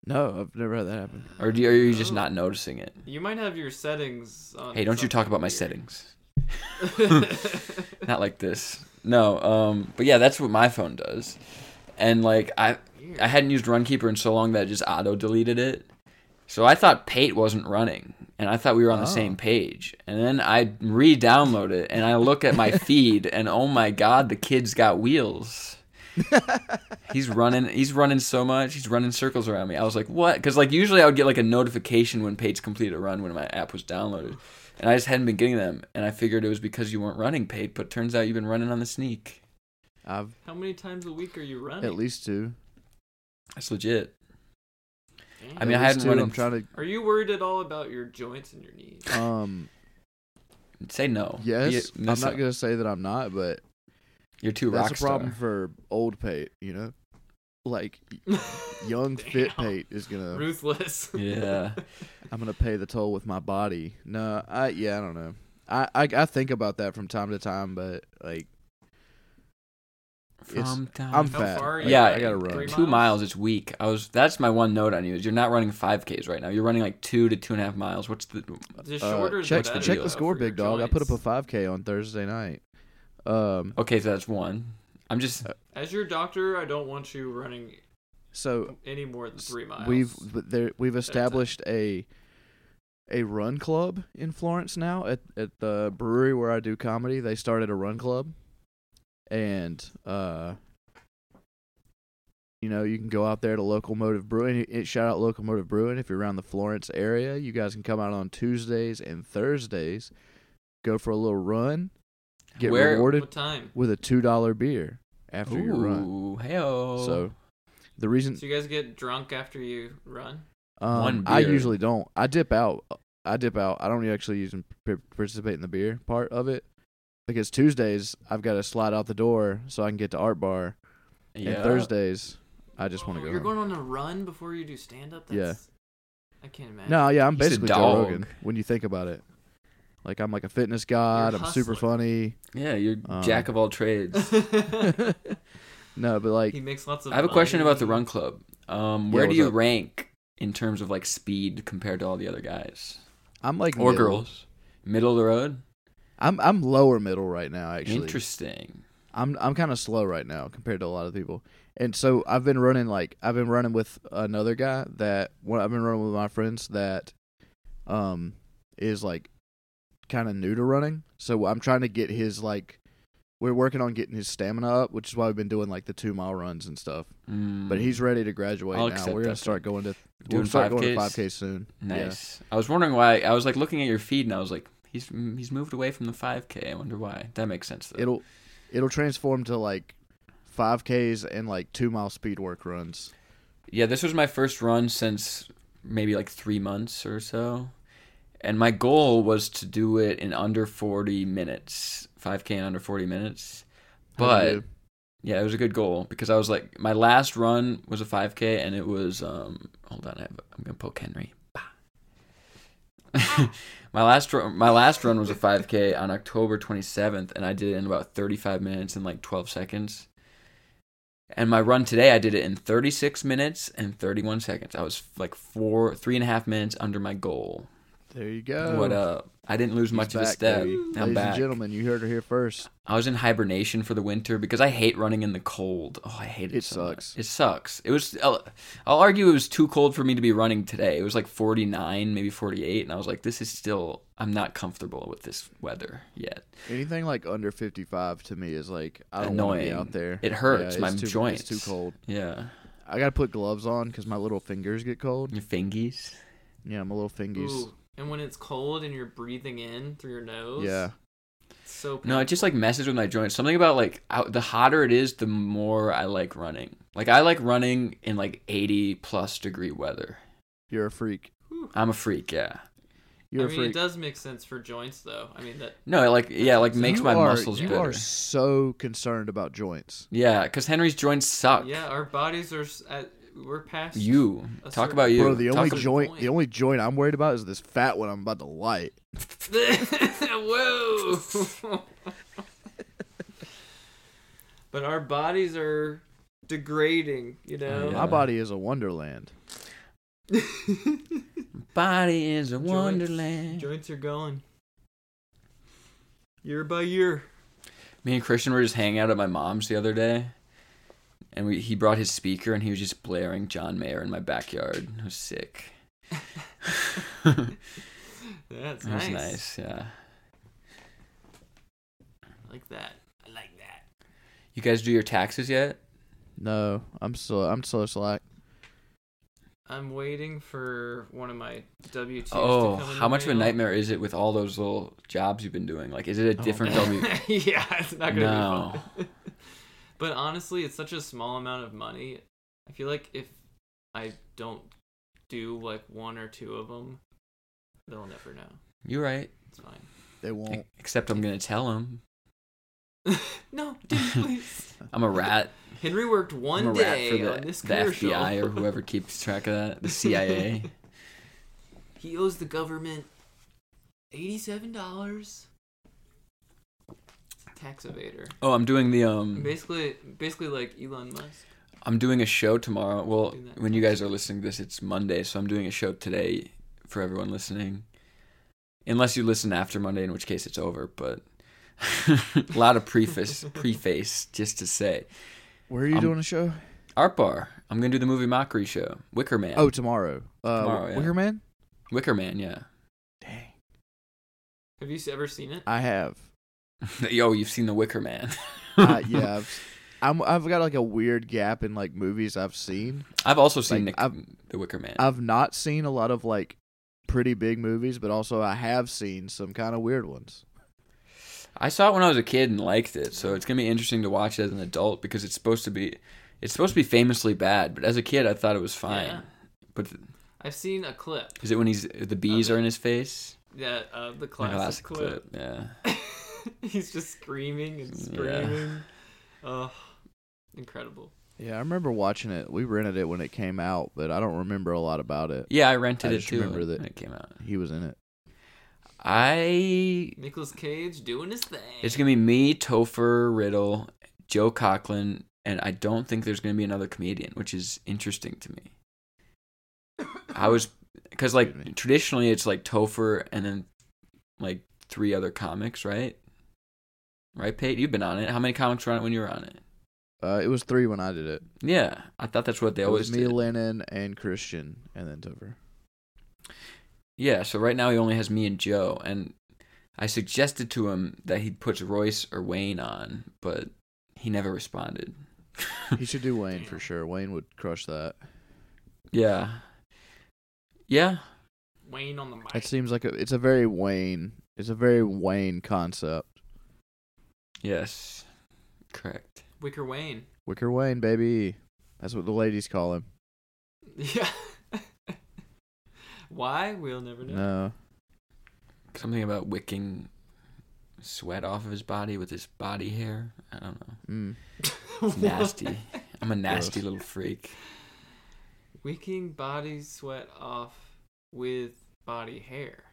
C: No, I've never had that happen.
B: or do you, are you just
A: Oh.
B: not noticing it?
A: You might have your settings on.
B: Hey, don't you talk about my
A: something
B: settings.
A: weird.
B: Not like this. No. Um. But yeah, that's what my phone does, and like I
A: Weird.
B: I hadn't used Runkeeper in so long that it just auto deleted it. So I thought Pate wasn't running, and I thought we were on the
C: Oh.
B: same page. And then I re-download it, and I look at my feed, and oh my god, the kid's got wheels. he's running. He's running so much. He's running circles around me. I was like, what? Because like usually I would get like a notification when Pate's completed a run when my app was downloaded, and I just hadn't been getting them. And I figured it was because you weren't running, Pate. But turns out you've been running on the sneak.
C: I've
A: How many times a week are you running?
C: at least two.
B: That's legit.
A: Dang.
B: I mean,
C: At
B: I
C: least
B: hadn't
C: two.
B: run in-
C: I'm trying
A: Are you worried at all about your joints and your knees?
C: to um
B: Say no.
C: yes.
B: You- no,
C: I'm
B: so-
C: not going to say that I'm not, but
B: You're too
C: That's
B: rock
C: a problem
B: star.
C: for old Pate, you know? Like young fit Pate is gonna
A: Ruthless.
B: Yeah.
C: I'm gonna pay the toll with my body. No, I yeah, I don't know. I, I I think about that from time to time, but like It's-
B: From time
C: I'm
B: to-
A: How
C: fat.
A: far are
C: Like,
A: you?
B: yeah,
C: I gotta run.
A: Three
B: two miles is weak. I was. That's my one note on you. Is you're not running five k's right now. You're running like two to two and a half miles. What's the?
A: The
C: uh,
A: shorter
C: check
A: the better,
C: check
A: though,
C: the score,
A: for your
C: big dog. I put up a
A: joints.
C: 5K on Thursday night. Um,
B: Okay, so that's one. I'm just.
A: As your doctor, I don't want you running
C: so
A: any more than three miles.
C: we've but there we've
A: a-
C: established a a run club in Florence now at at the brewery where I do comedy. They started a run club, and uh, you know you can go out there to Locomotive Brewing. It, shout out Locomotive Brewing if you're around the Florence area. You guys can come out on Tuesdays and Thursdays, go for a little run, get
B: Where-
C: rewarded
A: what time?
C: with a two dollar beer after your run.
B: Ooh, heyo.
C: So the reason
A: So you guys get drunk after you run?
C: Um,
B: One
C: I
B: beer.
C: usually don't. I dip out. I dip out. I don't actually usually p- participate in the beer part of it because Tuesdays I've got to slide out the door so I can get to Art Bar,
B: yeah.
C: and Thursdays I just want
A: Whoa,
C: to go.
A: You're
C: home.
A: going on a run before you do stand up?
C: Yeah.
A: I can't imagine.
C: no, yeah, I'm
B: He's a
C: basically Joe
B: dog.
C: Rogan when you think about it. Like I'm like a fitness god.
A: You're a
C: I'm super
A: hustler.
C: funny.
B: Yeah, you're
C: Um,
B: jack of all trades.
C: No, but like
A: he makes lots of
B: I have a question about the
A: money.
B: run club. Um,
C: Yeah,
B: where do
C: what's
B: you
C: up?
B: rank in terms of like speed compared to all the other guys
C: I'm like
B: or
C: middle.
B: girls? Middle of the road.
C: I'm I'm lower middle right now actually.
B: Interesting.
C: I'm I'm kind of slow right now compared to a lot of people, and so I've been running like I've been running with another guy that well, I've been running with my friends that, um, is like kind of new to running, so I'm trying to get his like. We're working on getting his stamina up, which is why we've been doing like the two mile runs and stuff.
B: Mm,
C: But he's ready to graduate
B: I'll
C: now.
B: accept
C: We're gonna
B: that.
C: start going to
B: Doing
C: we'll start going
B: 5Ks?
C: to five k soon. Yeah.
B: nice. I was wondering why. I was like looking at your feed, and I was like, he's mm, he's moved away from the 5K. I wonder why. That makes sense though.
C: It'll it'll transform to like five Ks and like two mile speed work runs.
B: Yeah, this was my first run since maybe like three months or so. And my goal was to do it in under 40 minutes, 5K in under 40 minutes.
C: How'd you
B: But
C: do?
B: yeah, it was a good goal because I was like, my last run was a 5K and it was, um, hold on, I have, I'm going to poke Henry. Bah. my last run, my last run was a 5K on October 27th, and I did it in about 35 minutes and like 12 seconds. And my run today, I did it in 36 minutes and 31 seconds. I was like four, three and a half minutes under my goal.
C: there you go.
B: What up? I didn't lose
C: Oh.
B: much
C: He's
B: of a
C: back,
B: step.
C: baby.
B: I'm
C: Ladies
B: back.
C: and gentlemen, you heard her here first.
B: I was in hibernation for the winter because I hate running in the cold. Oh, I hate it.
C: It
B: so
C: sucks.
B: much. It sucks. It was. I'll, I'll argue it was too cold for me to be running today. It was like 49, maybe 48, and I was like, this is still. I'm not comfortable with this weather yet.
C: Anything like under fifty five to me is like I don't want to be
B: Annoying.
C: out there.
B: It hurts
C: it's
B: my
C: too-
B: joints.
C: It's too cold.
B: Yeah,
C: I gotta put gloves on because my little fingers get cold.
B: your fingies.
C: Yeah, my little fingies.
A: Ooh, and when it's cold and you're breathing in through your nose,
C: Yeah,
A: it's so painful.
B: No, it just like messes with my joints. Something about like out, the hotter it is, the more I like running. Like I like running in like 80 plus degree weather.
C: you're a freak.
A: Whew.
B: I'm a freak. Yeah.
C: You're
A: I
C: a
A: mean, it
C: freak.
A: does make sense for joints, though. I mean, that
B: No, it like yeah, like makes
C: you
B: my
C: are,
B: muscles
C: You
B: better.
C: are so concerned about joints.
B: Yeah, because Henry's joints
C: Uh,
B: suck.
A: yeah, our bodies are s- at, we're past
B: You
A: A
B: talk
A: certain-
B: about you.
C: Bro, the
B: Talk
C: only
B: ab-
C: joint,
A: point.
C: the only joint I'm worried about is this fat one I'm about to light.
A: Whoa. but our bodies are degrading, you know.
B: Yeah.
C: My body is a wonderland.
B: body is a
A: Joints-
B: wonderland.
A: Joints are going year by year.
B: Me and Christian were just hanging out at my mom's the other day, and we he brought his speaker and he was just blaring John Mayer in my backyard. It was sick. it
A: That's
B: was
A: nice.
B: nice. Yeah.
A: I like that. I like that.
B: You guys do your taxes yet?
C: No, I'm so I'm so slack.
A: I'm waiting for one of my W two.
B: Oh,
A: to come in
B: how
A: the
B: much of a
A: mail.
B: nightmare is it with all those little jobs you've been doing? Like, is it a
C: Oh,
B: different
C: man.
B: W?
A: yeah, it's not gonna
B: No.
A: be fun. but honestly, it's such a small amount of money. I feel like if I don't do like one or two of them, they'll never know.
B: You're right.
A: It's fine.
C: They won't.
B: Except I'm gonna tell him.
A: no, dude, please.
B: I'm a rat.
A: Henry worked one
B: I'm a rat
A: day
B: for the,
A: on this
B: the
A: commercial.
B: FBI or whoever keeps track of that. The CIA.
A: He owes the government eighty-seven dollars. Tax evader.
B: oh, I'm doing the um.
A: Basically, basically like Elon Musk.
B: I'm doing a show tomorrow. Well,
A: Do that.
B: when you guys are listening to this, it's Monday, so I'm doing a show today for everyone listening. Unless you listen after Monday, in which case it's over. But a lot of preface, preface, just to say.
C: Where are you
B: I'm-
C: doing a show?
B: Art Bar. I'm gonna do the movie mockery show. Wicker Man.
C: Oh, tomorrow. Uh,
B: Tomorrow, yeah.
C: Wicker Man.
B: Wicker Man. Yeah.
C: Dang,
A: Have you s- ever seen it?
C: I have.
B: Yo, you've seen the Wicker Man.
C: Uh, yeah, I've, I'm, I've got like a weird gap in like movies I've seen.
B: I've also seen
C: Like,
B: the,
C: I've-
B: the Wicker Man.
C: I've not seen a lot of like pretty big movies, but also I have seen some kind of weird ones.
B: I saw it when I was a kid and liked it, so it's gonna be interesting to watch it as an adult because it's supposed to be it's supposed to be famously bad, but as a kid I thought it was fine.
A: Yeah.
B: But
A: I've seen a clip.
B: is it when he's the bees
A: Okay.
B: are in his face?
A: Yeah, uh, the
B: Like a
A: Uh, classic, clip.
B: Yeah.
A: He's just screaming and
B: Yeah.
A: screaming. Oh, incredible.
C: Yeah, I remember watching it. We rented it when it came out, but I don't remember a lot about it.
B: Yeah, I rented
C: I
B: it
C: just
B: too
C: remember
B: when
C: that-
B: it came out.
C: He was in it.
B: I
A: Nicolas Cage doing his thing.
B: it's gonna be me, Topher Riddle, Joe Cochran, and I don't think there's gonna be another comedian, which is interesting to me. I was because
C: Excuse me.
B: like traditionally it's like Topher and then like three other comics, right? Right, Pate, you've been on it. How many comics were on it when you were on it?
C: Uh, it was three when I did it.
B: Yeah, I thought that's what they
C: It
B: always
C: was me,
B: did.
C: Lennon, and Christian, and then Topher.
B: yeah, so right now he only has me and Joe, and I suggested to him that he puts Royce or Wayne on, but he never responded.
C: He should do Wayne for sure. Wayne would crush that.
B: yeah. Yeah.
A: Wayne on the
C: It
A: mic.
C: seems like a, it's a very Wayne. It's a very Wayne concept.
B: Yes. Correct.
A: Wicker Wayne.
C: Wicker Wayne, baby. That's what the ladies call him.
A: Yeah. Why? We'll never know.
C: No,
B: Something about wicking sweat off of his body with his body hair. I don't know.
C: mm.
B: It's nasty. I'm a nasty
C: Gross.
B: little freak.
A: Wicking body sweat off with body hair.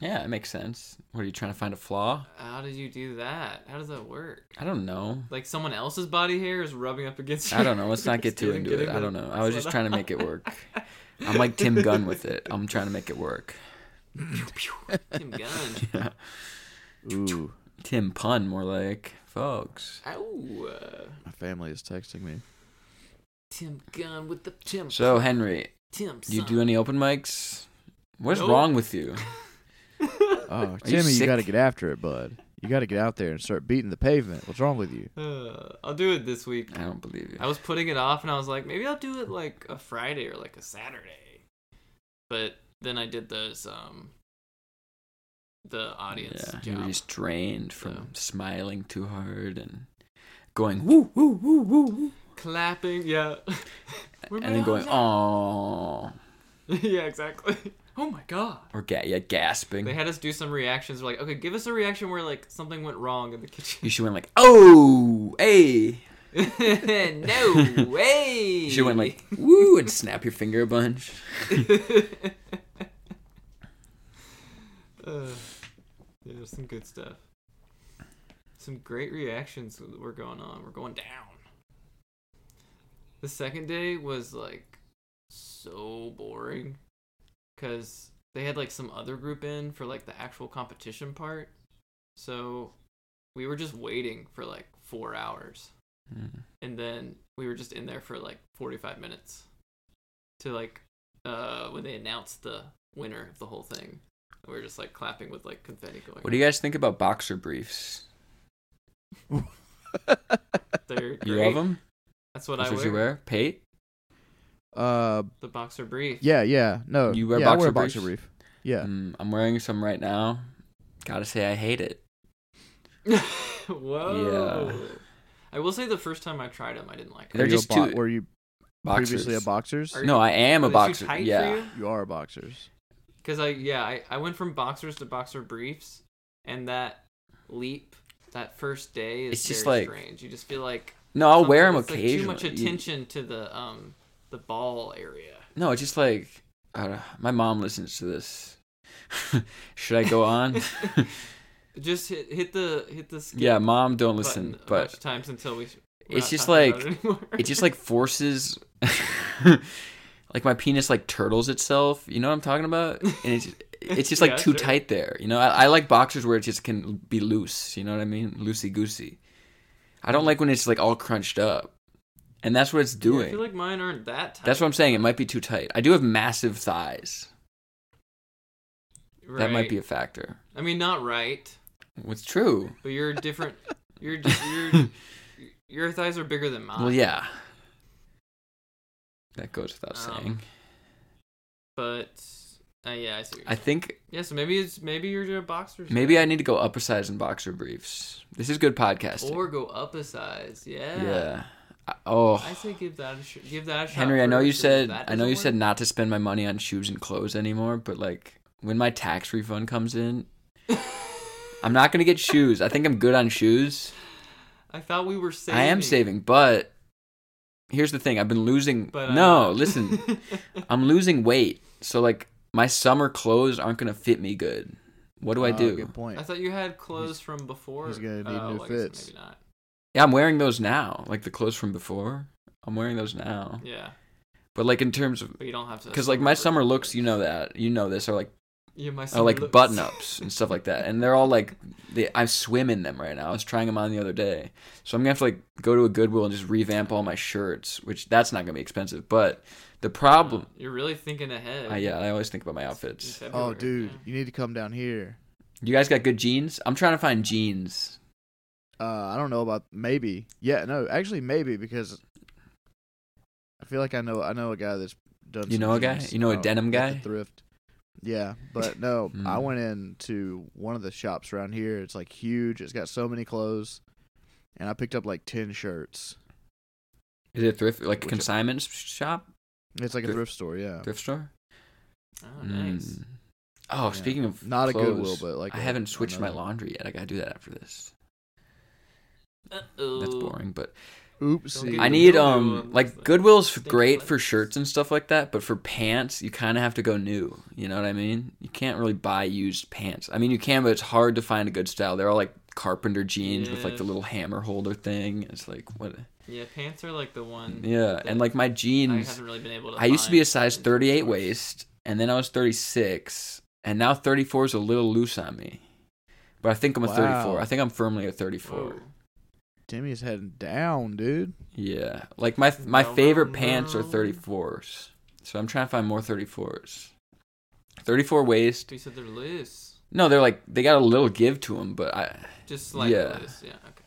B: Yeah, it makes sense. What are you trying to find a flaw?
A: How did you do that? How does that work?
B: I don't know.
A: Like someone else's body hair is rubbing up against you.
B: I don't know. Let's not get too into it. I don't know. I was just trying to make it work. I'm like Tim Gunn with it. I'm trying to make it work.
A: Tim Gunn.
C: Ooh,
B: Tim pun, more like folks.
A: Ow. uh,
C: my family is texting me.
A: Tim Gunn with the Tim.
B: So Henry,
A: Tim.
B: do you
A: son.
B: do any open mics? What's
A: Nope.
B: wrong with you?
C: Oh,
B: you
C: Timmy, you,
B: sick?
C: got to get after it, bud. You got to get out there and start beating the pavement. What's wrong with you?
A: Uh, I'll do it this week.
B: I don't believe you.
A: I was putting it off, and I was like, maybe I'll do it like a Friday or like a Saturday. But then I did those um the audience
B: yeah, you were
A: job.
B: just drained from
A: So.
B: smiling too hard and going woo woo woo woo, woo
A: clapping. Yeah, We're
B: and then
A: made
B: going
A: out
B: oh
A: of- yeah, exactly. Oh my god.
B: or ga- yeah gasping.
A: They had us do some reactions. We're like, okay, give us a reaction where like something went wrong in the kitchen.
B: you should went like oh hey.
A: no way.
B: You should went like woo and snap your finger a bunch.
A: Uh, yeah, there's some good stuff. Some great reactions that were going on. We're going down. The second day was like so boring because they had like some other group in for like the actual competition part. So we were just waiting for like four hours
B: Mm.
A: and then we were just in there for like 45 minutes to like uh when they announced the winner of the whole thing we were just like clapping with like confetti going
B: What do you guys think about boxer briefs?
A: They're
B: You
A: great.
B: love them?
A: that's what
B: That's
A: i
B: what
A: wear.
B: you wear? Pate?
C: Uh,
A: the boxer brief
C: yeah, yeah, no.
B: You wear
C: yeah, I wear a
B: boxer
C: boxer
B: briefs?
C: brief. Yeah,
B: Mm, I'm wearing some right now. Gotta say, I hate it.
A: whoa i will say the first time i tried them i didn't like
B: They're
C: Were
A: them
C: you a
B: just
C: bo-
B: too-
C: Were you
B: Boxers.
C: previously a boxers?
A: Are-
B: No, I am
A: Are
B: a
A: they too
B: boxer.
A: tight for
B: yeah.
A: you?
C: You are boxers.
A: because I yeah I, I went from boxers to boxer briefs, and that leap that first day is
B: It's just
A: very
B: like-
A: strange. You just feel like
B: No, I'll wear them
A: something- it's,
B: occasionally.
A: Like too much
B: You-
A: attention to the um the ball area.
B: No, it's just like I don't know. my mom listens to this. Should I go on?
A: Just hit hit the hit the skip
B: yeah, mom,
A: button
B: don't listen.
A: a bunch
B: But
A: of times until we. we're
B: it's
A: not
B: just
A: talking about
B: like-
A: it, anymore.
B: it just like forces, like my penis like turtles itself. You know what I'm talking about? And it's it's just like
A: Yeah,
B: too
A: sure.
B: tight there. You know, I, I like boxers where it just can be loose. You know what I mean? Loosey goosey. I don't like when it's like all crunched up, and that's what it's
A: Yeah,
B: doing.
A: I feel like mine aren't that tight.
B: that's what I'm saying. It might be too tight. I do have massive thighs.
A: right.
B: That might be a factor.
A: I mean, not right,
B: What's true?
A: but you're different. you're just you're. Your thighs are bigger than mine.
B: Well, yeah. That goes without
A: Um,
B: saying.
A: But uh, yeah, I see. What you're
B: I think
A: Yeah, so maybe it's maybe you're a boxer.
B: maybe I need to go up a size in boxer briefs. This is good podcasting.
A: or go up a size. Yeah.
B: yeah. I- oh,
A: I say give that a sh- give that a shot.
B: Henry, I know you
A: first, and if
B: said
A: that
B: I know
A: doesn't
B: you
A: work-
B: said not to spend my money on shoes and clothes anymore, but like when my tax refund comes in, I'm not gonna get shoes. I think I'm good on shoes.
A: I thought we were saving.
B: I am saving, but here's the thing: I've been losing.
A: But I'm
B: no,
A: not.
B: listen. I'm losing weight, so like my summer clothes aren't gonna fit me good. What do I
C: Oh,
B: do?
C: Good point.
A: I thought you had clothes from before.
C: he's gonna need
A: Oh,
C: new
A: well, I guess
C: fits.
A: Maybe not.
B: Yeah, I'm wearing those now, like the clothes from before. I'm wearing those now,
A: Yeah,
B: but like in terms of
A: but you don't have to.
B: because like my
A: version.
B: summer looks, you know that, you know this, are like
A: Yeah, my summer
B: are like
A: looks. uh,
B: button ups and stuff like that, and they're all like they, I swim in them right now. I was trying them on the other day, so I'm gonna have to like go to a Goodwill and just revamp all my shirts, which that's not gonna be expensive. But the problem,
A: You're really thinking ahead.
B: uh, yeah, I always think about my
A: Uh, It's-
B: outfits.
A: it's
C: Oh,
A: February,
C: dude,
A: yeah.
C: you need to come down here.
B: You guys got good jeans? I'm trying to find jeans.
C: Uh, I don't know about maybe. Yeah, no, actually maybe because I feel like I know I know a guy that's done.
B: You
C: some
B: know a guy?
C: jeans,
B: You know a
C: uh,
B: denim
C: at the
B: guy?
C: thrift. Yeah, but no,
B: Hmm.
C: I went into one of the shops around here. It's like huge. It's got so many clothes, and I picked up like ten shirts.
B: Is it thrift like
C: Which-
B: consignment s- shop,
C: It's like a
B: Thrift-
C: thrift store. Yeah,
B: thrift store?
A: Oh, nice.
B: Mm. Oh,
C: Yeah.
B: speaking of
C: Not a Goodwill,
B: clothes,
C: but like
B: I
C: a-
B: haven't switched my
C: another-
B: laundry yet. I gotta do that after this.
A: Uh-oh.
B: That's boring, but
C: Oopsie.
A: Yeah,
B: I need
A: Goodwill,
B: um
A: um,
B: like
A: like,
B: Goodwill's
A: staple
B: great for
A: items.
B: shirts and stuff like that, but for pants you kind of have to go new. You know what I mean? You can't really buy used pants. I mean you can, but it's hard to find a good style. They're all like carpenter jeans with like
A: Yeah.
B: the little hammer holder thing. It's like what?
A: Yeah, pants are like the one.
B: Yeah, and like my
A: Mm-hmm. I
B: Mm. jeans.
A: haven't really been able to.
B: I used to be a
A: find
B: size
A: in
B: 38
A: stores.
B: waist, and then I was 36, and now 34 is a little loose on me. But I think I'm a 34.
C: Wow.
B: I think I'm firmly a 34.
A: Whoa.
C: Timmy's heading down, dude.
B: Yeah, like my my
A: No,
B: favorite
A: no,
B: pants are
A: no.
B: 34s, so I'm trying to find more 34s. 34 waist.
A: You said they're loose.
B: No, they're like they got a little give to them, but I,
A: Just slightly
B: Yeah.
A: loose. Yeah. Okay.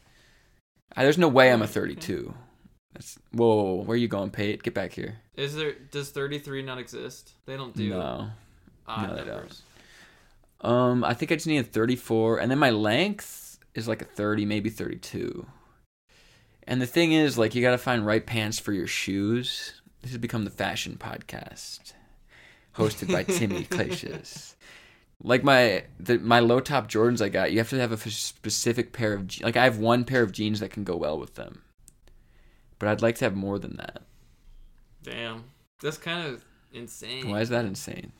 B: I there's no way I'm a
A: Okay.
B: 32. That's whoa. Where you going, Pate? Get back here.
A: Is there does 33 not exist? They don't do
B: No.
A: odd
B: No, they don't.
A: numbers.
B: Um, I think I just need a 34, and then my length is like a 30, maybe 32. And the thing is, like, you gotta find right pants for your shoes. This has become the fashion podcast, hosted by Timmy Clashes. Like my the, my low top Jordans I got, you have to have a f- specific pair of je- like I have one pair of jeans that can go well with them, but I'd like to have more than that.
A: Damn. That's kind of insane.
B: Why is that insane?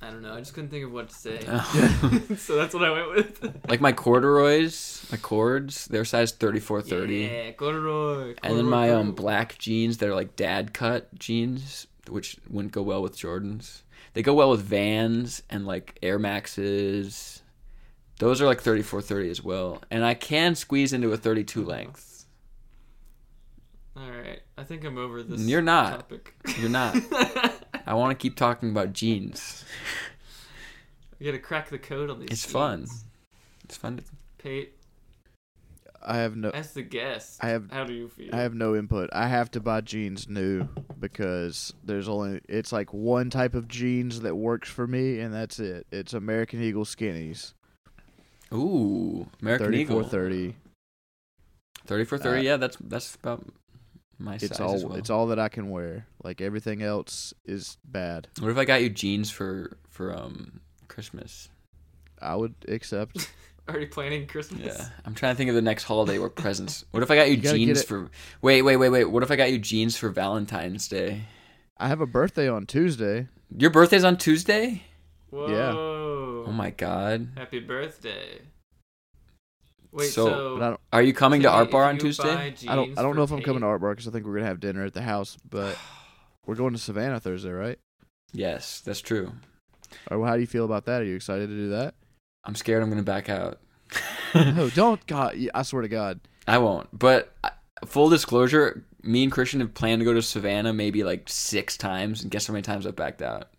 A: I don't know. I just couldn't think of what to say.
B: Oh.
A: so that's what I went with.
B: like my corduroys, my cords, they're size 34, 30.
A: Yeah, corduroy.
B: And then my um
A: corduroy.
B: black jeans that are like dad cut jeans, which wouldn't go well with Jordans. They go well with Vans and like Air Maxes. Those are like 34 30 as well. And I can squeeze into a
C: Oh,
B: 32 length.
A: All right. I think I'm over this.
B: You're not.
A: Topic.
B: You're not. I want to keep talking about jeans.
A: You gotta crack the code on these.
B: It's fun.
A: jeans.
B: It's fun. To,
A: Pate,
C: I have no.
A: as the guest,
C: I have.
A: how do you feel?
C: I have no input. I have to buy jeans new because there's only it's like one type of jeans that works for me, and that's it. It's American Eagle skinnies,
B: ooh, American
C: thirty four
B: Eagle.
C: thirty.
B: 34 30.
C: Uh,
B: yeah, that's that's about my size as
C: It's all
B: well.
C: it's all that I can wear. Like everything else is bad.
B: what if I got you jeans for for um Christmas?
C: I would accept.
A: Already planning Christmas.
B: Yeah, I'm trying to think of the next holiday where presents. What if I got you,
C: You gotta get
B: jeans
C: it-
B: for? Wait, wait, wait, wait. What if I got you jeans for Valentine's Day?
C: I have a birthday on Tuesday.
B: Your birthday's on Tuesday.
A: Whoa.
B: Oh my God,
A: Happy birthday. Wait,
B: So-
A: so,
C: But I don't
B: are you coming to
A: Timmy,
B: Art Bar
A: if
B: on
A: you
B: Tuesday?
A: buy
C: I don't
A: jeans
C: I don't
A: for
C: know if I'm coming to
A: Pate-
C: Art Bar because I think we're gonna have dinner at the house. But we're going to Savannah Thursday, right?
B: Yes, that's true.
C: Or how do you feel about that? Are you excited to do that?
B: I'm scared I'm gonna back out.
C: No, don't. God, I swear to God.
B: I won't. But I- full disclosure, me and Christian have planned to go to Savannah maybe like six times, and guess how many times I've backed out?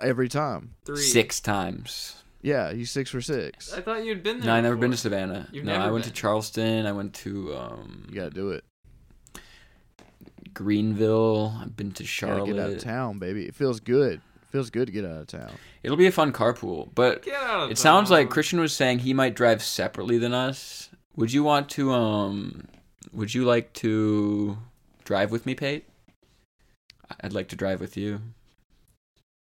C: Every time.
A: Three.
B: Six times.
C: Yeah, he's six for six.
A: I thought you'd been there.
B: No, I've never been to
A: before.
B: Savannah.
A: You've
B: no,
A: never
B: I went
A: been.
B: to Charleston. I went to um,
C: You gotta do it.
B: Greenville. I've been to
C: You gotta get out of
B: Charlotte.
C: town, baby. It feels good. It feels good to get out of town.
B: It'll be a fun carpool, but
A: Get out of
B: it sounds like
A: town.
B: Christian was saying he might drive separately than us. Would you want to um would you like to drive with me, Pate? I'd like to drive with you.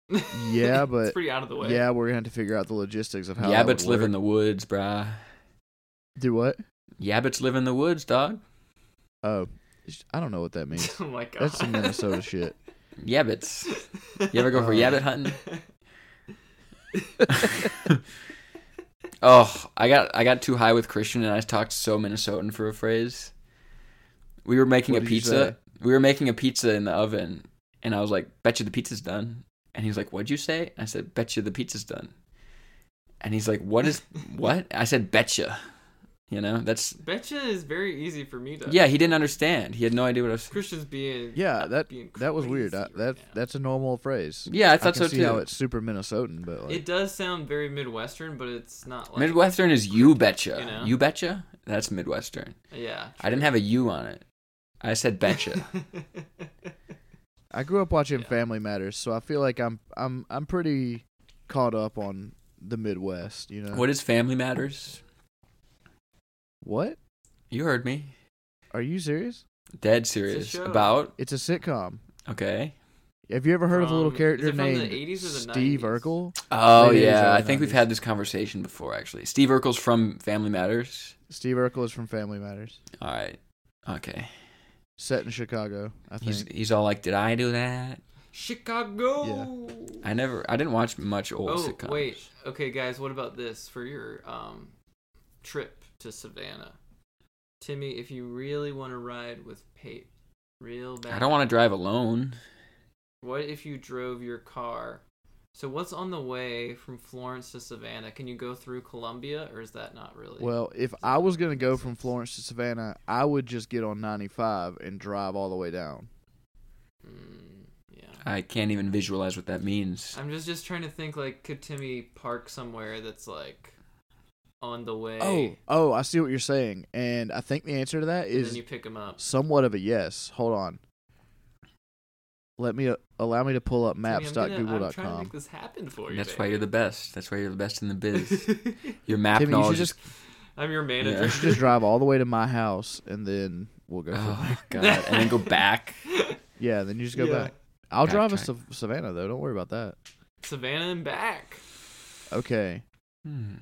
C: Yeah, but-
A: it's pretty out of the way.
C: Yeah, we're gonna have to figure out the logistics of how. that
B: Yabbits
C: would
B: live
C: work.
B: in the woods, brah.
C: Do what?
B: Yabbits live in the woods, dog.
C: Oh, I don't know what that means.
A: oh my god.
C: That's some Minnesota shit.
B: Yabbits. You ever go for
C: Uh.
B: yabbit hunting? Oh, I got I got too high with Christian and I talked so Minnesotan for a phrase. We were making
C: What
B: a
C: did you say?
B: pizza. We were making a pizza in the oven and I was like, Bet you the pizza's done and he's like, What'd you say? I said, Bet you the pizza's done. And he's like, What is what? I said, Betcha. You know, that's
A: Betcha is very easy for me to.
B: yeah. He didn't understand. He had no idea what I was.
A: Christian's being. uh,
C: Yeah, that
A: being
C: that was weird. I,
A: crazy
C: that
A: right now.
C: that's a normal phrase.
B: Yeah, I
C: I
B: thought
C: can
B: so
C: see
B: too.
C: how it's super Minnesotan, but like,
A: It does sound very Midwestern, but it's not like.
B: Midwestern is you betcha.
A: you know?
B: You, betcha. That's Midwestern.
A: Yeah.
B: I didn't have a U on it. I said betcha.
C: I grew up watching
A: Yeah.
C: Family Matters, so I feel like I'm I'm I'm pretty caught up on the Midwest. You know
B: what is Family Matters?
C: What?
B: You heard me.
C: Are you serious?
B: Dead serious
A: show.
B: about.
C: It's a sitcom.
B: Okay.
C: Have you ever heard of a little
A: From- is
C: character
A: it from the
C: named
A: 80s or the
C: Steve
A: 90s?
C: Urkel?
B: Oh
C: Late 80s,
B: yeah,
C: early
B: I think we've
C: 90s.
B: had this conversation before actually. Steve Urkel's from Family Matters.
C: Steve Urkel is from Family Matters,
B: All right. Okay.
C: set in Chicago. I think
B: He's he's all like, "Did I do that?"
A: Chicago.
B: I never. I didn't watch much old
A: Oh
B: sitcoms.
A: wait, okay, guys. What about this for your um trip to Savannah, Timmy? If you really want to ride with Pate, real bad.
B: I don't want to drive alone.
A: What if you drove your car? So what's on the way from Florence to Savannah? Can you go through Columbia, or is that not really?
C: Well, if I was gonna go from Florence to Savannah, I would just get on 95 and drive all the way down.
A: Mm, yeah.
B: I can't even visualize what that means.
A: I'm just just trying to think. Like, could Timmy park somewhere that's like on the way?
C: Oh, oh, I see what you're saying, and I think the answer to that
A: and then
C: is
A: you pick him up.
C: somewhat of a yes. Hold on. Let me uh, allow me to pull up
A: Timmy, I'm gonna- I'm trying to
C: maps.google.com.
A: make this happen for you.
B: That's why you're the best. That's why you're the best in the biz.
A: babe.
B: Your map
C: Timmy, you should
B: knowledge.
C: just
A: I'm your
C: you
A: manager.
C: should just drive all the way to my house, and then we'll go.
B: is,
C: From
B: oh
C: there.
B: my god! And then go back.
C: Yeah, then you just go
A: Yeah.
C: back. I'll drive us to
B: Backtrack.
C: Savannah though. Don't worry about that.
A: Savannah and back.
C: Okay,
B: Hmm.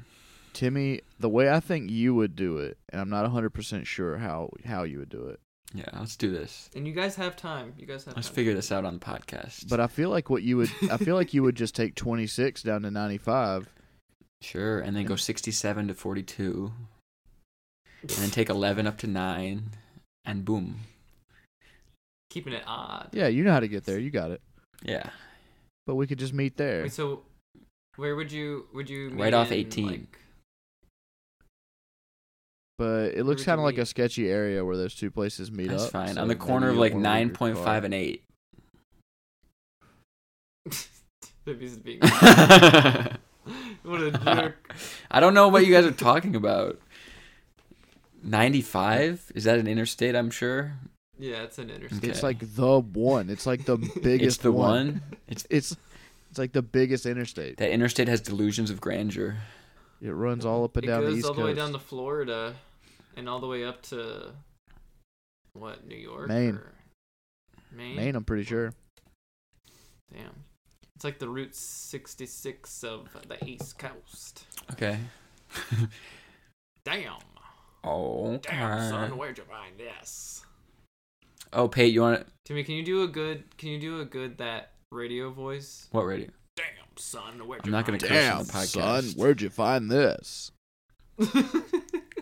C: Timmy, the way I think you would do it, and I'm not 100% sure how how you would do it.
B: Yeah, let's do this.
A: And you guys have time. You guys have
B: Let's
A: time.
B: figure this out on the podcast.
C: But I feel like what you would I feel like you would just take 26 down to 95.
B: sure, and then go 67 to 42, and then take 11 up to nine, and boom.
A: Keeping it odd.
C: Yeah, you know how to get there. You got it.
B: Yeah.
C: But we could just meet there.
A: Wait, so where would you would you
B: Right
A: meet
B: off
A: in,
B: 18.
A: like-
C: But it
A: would
C: looks
A: you
C: kind of like a
A: meet?
C: sketchy area where those two places meet
B: That's
C: up.
B: fine.
C: so
B: on the
C: maybe
B: corner of
C: you'll
B: like
C: wanna leave your
B: 9.5
C: car.
B: and 8.
A: Libby's being
B: I
A: what a jerk.
B: don't know what you guys are talking about. 95? Is that an interstate, I'm sure?
A: Yeah, it's an interesting.
B: Okay.
C: It's like the one. It's like the
B: it's
C: biggest
B: the
C: one.
B: one. It's
C: It's it's like the biggest interstate.
B: that interstate has delusions of grandeur.
C: It runs all up and
A: It
C: down
A: goes
C: the east
A: all the way
C: coast.
A: down to Florida, and all the way up to what New York,
C: Maine.
A: or- Maine,
C: Maine, I'm pretty sure.
A: Damn, it's like the Route 66 of the East Coast.
B: Okay.
A: Damn, damn,
B: Okay.
A: son, where'd you find this?
B: Oh, Pate, you want
A: Timmy, can you do a good? Can you do a good that radio voice?
B: what radio?
A: Damn, son, where'd
B: I'm
A: you
B: not gonna
A: find
B: curse on
C: Damn,
B: the podcast.
C: son, where'd you find this?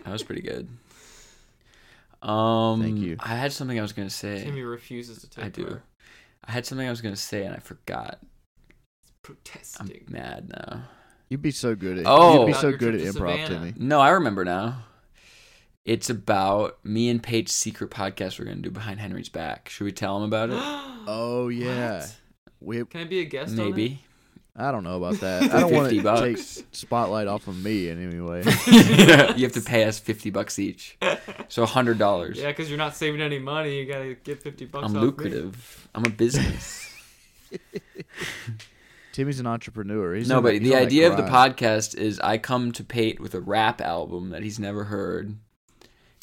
B: That was pretty good. Um,
C: Thank you.
B: I had something I was gonna say.
A: Timmy refuses to take.
B: I do.
A: over.
B: I had something I was gonna say and I forgot. I'm
A: Protesting.
B: mad now.
C: You'd be so good at
B: Oh.
C: you'd be
A: About
C: so
A: your
C: good at
A: trip to
C: improv,
A: Savannah.
C: Timmy.
B: No, I remember now. It's about me and Pate's secret podcast we're gonna do behind Henry's back. Should we tell him about it?
C: Oh yeah,
A: What?
C: we.
A: Can I be a guest? on
B: Maybe.
C: I don't know about that. I don't want
B: 50
C: to take
B: bucks.
C: spotlight off of me in any way.
B: you have to pay us fifty bucks each, so hundred
A: it?
B: dollars.
A: Yeah, because you're not saving any money. You gotta get fifty bucks.
B: I'm
A: off me.
B: lucrative. I'm a business.
C: Timmy's an entrepreneur. He's
B: no,
C: on
B: but
C: he's
B: the
C: on that
B: idea of the
C: grind.
B: podcast is I come to Pate with a rap album that he's never heard.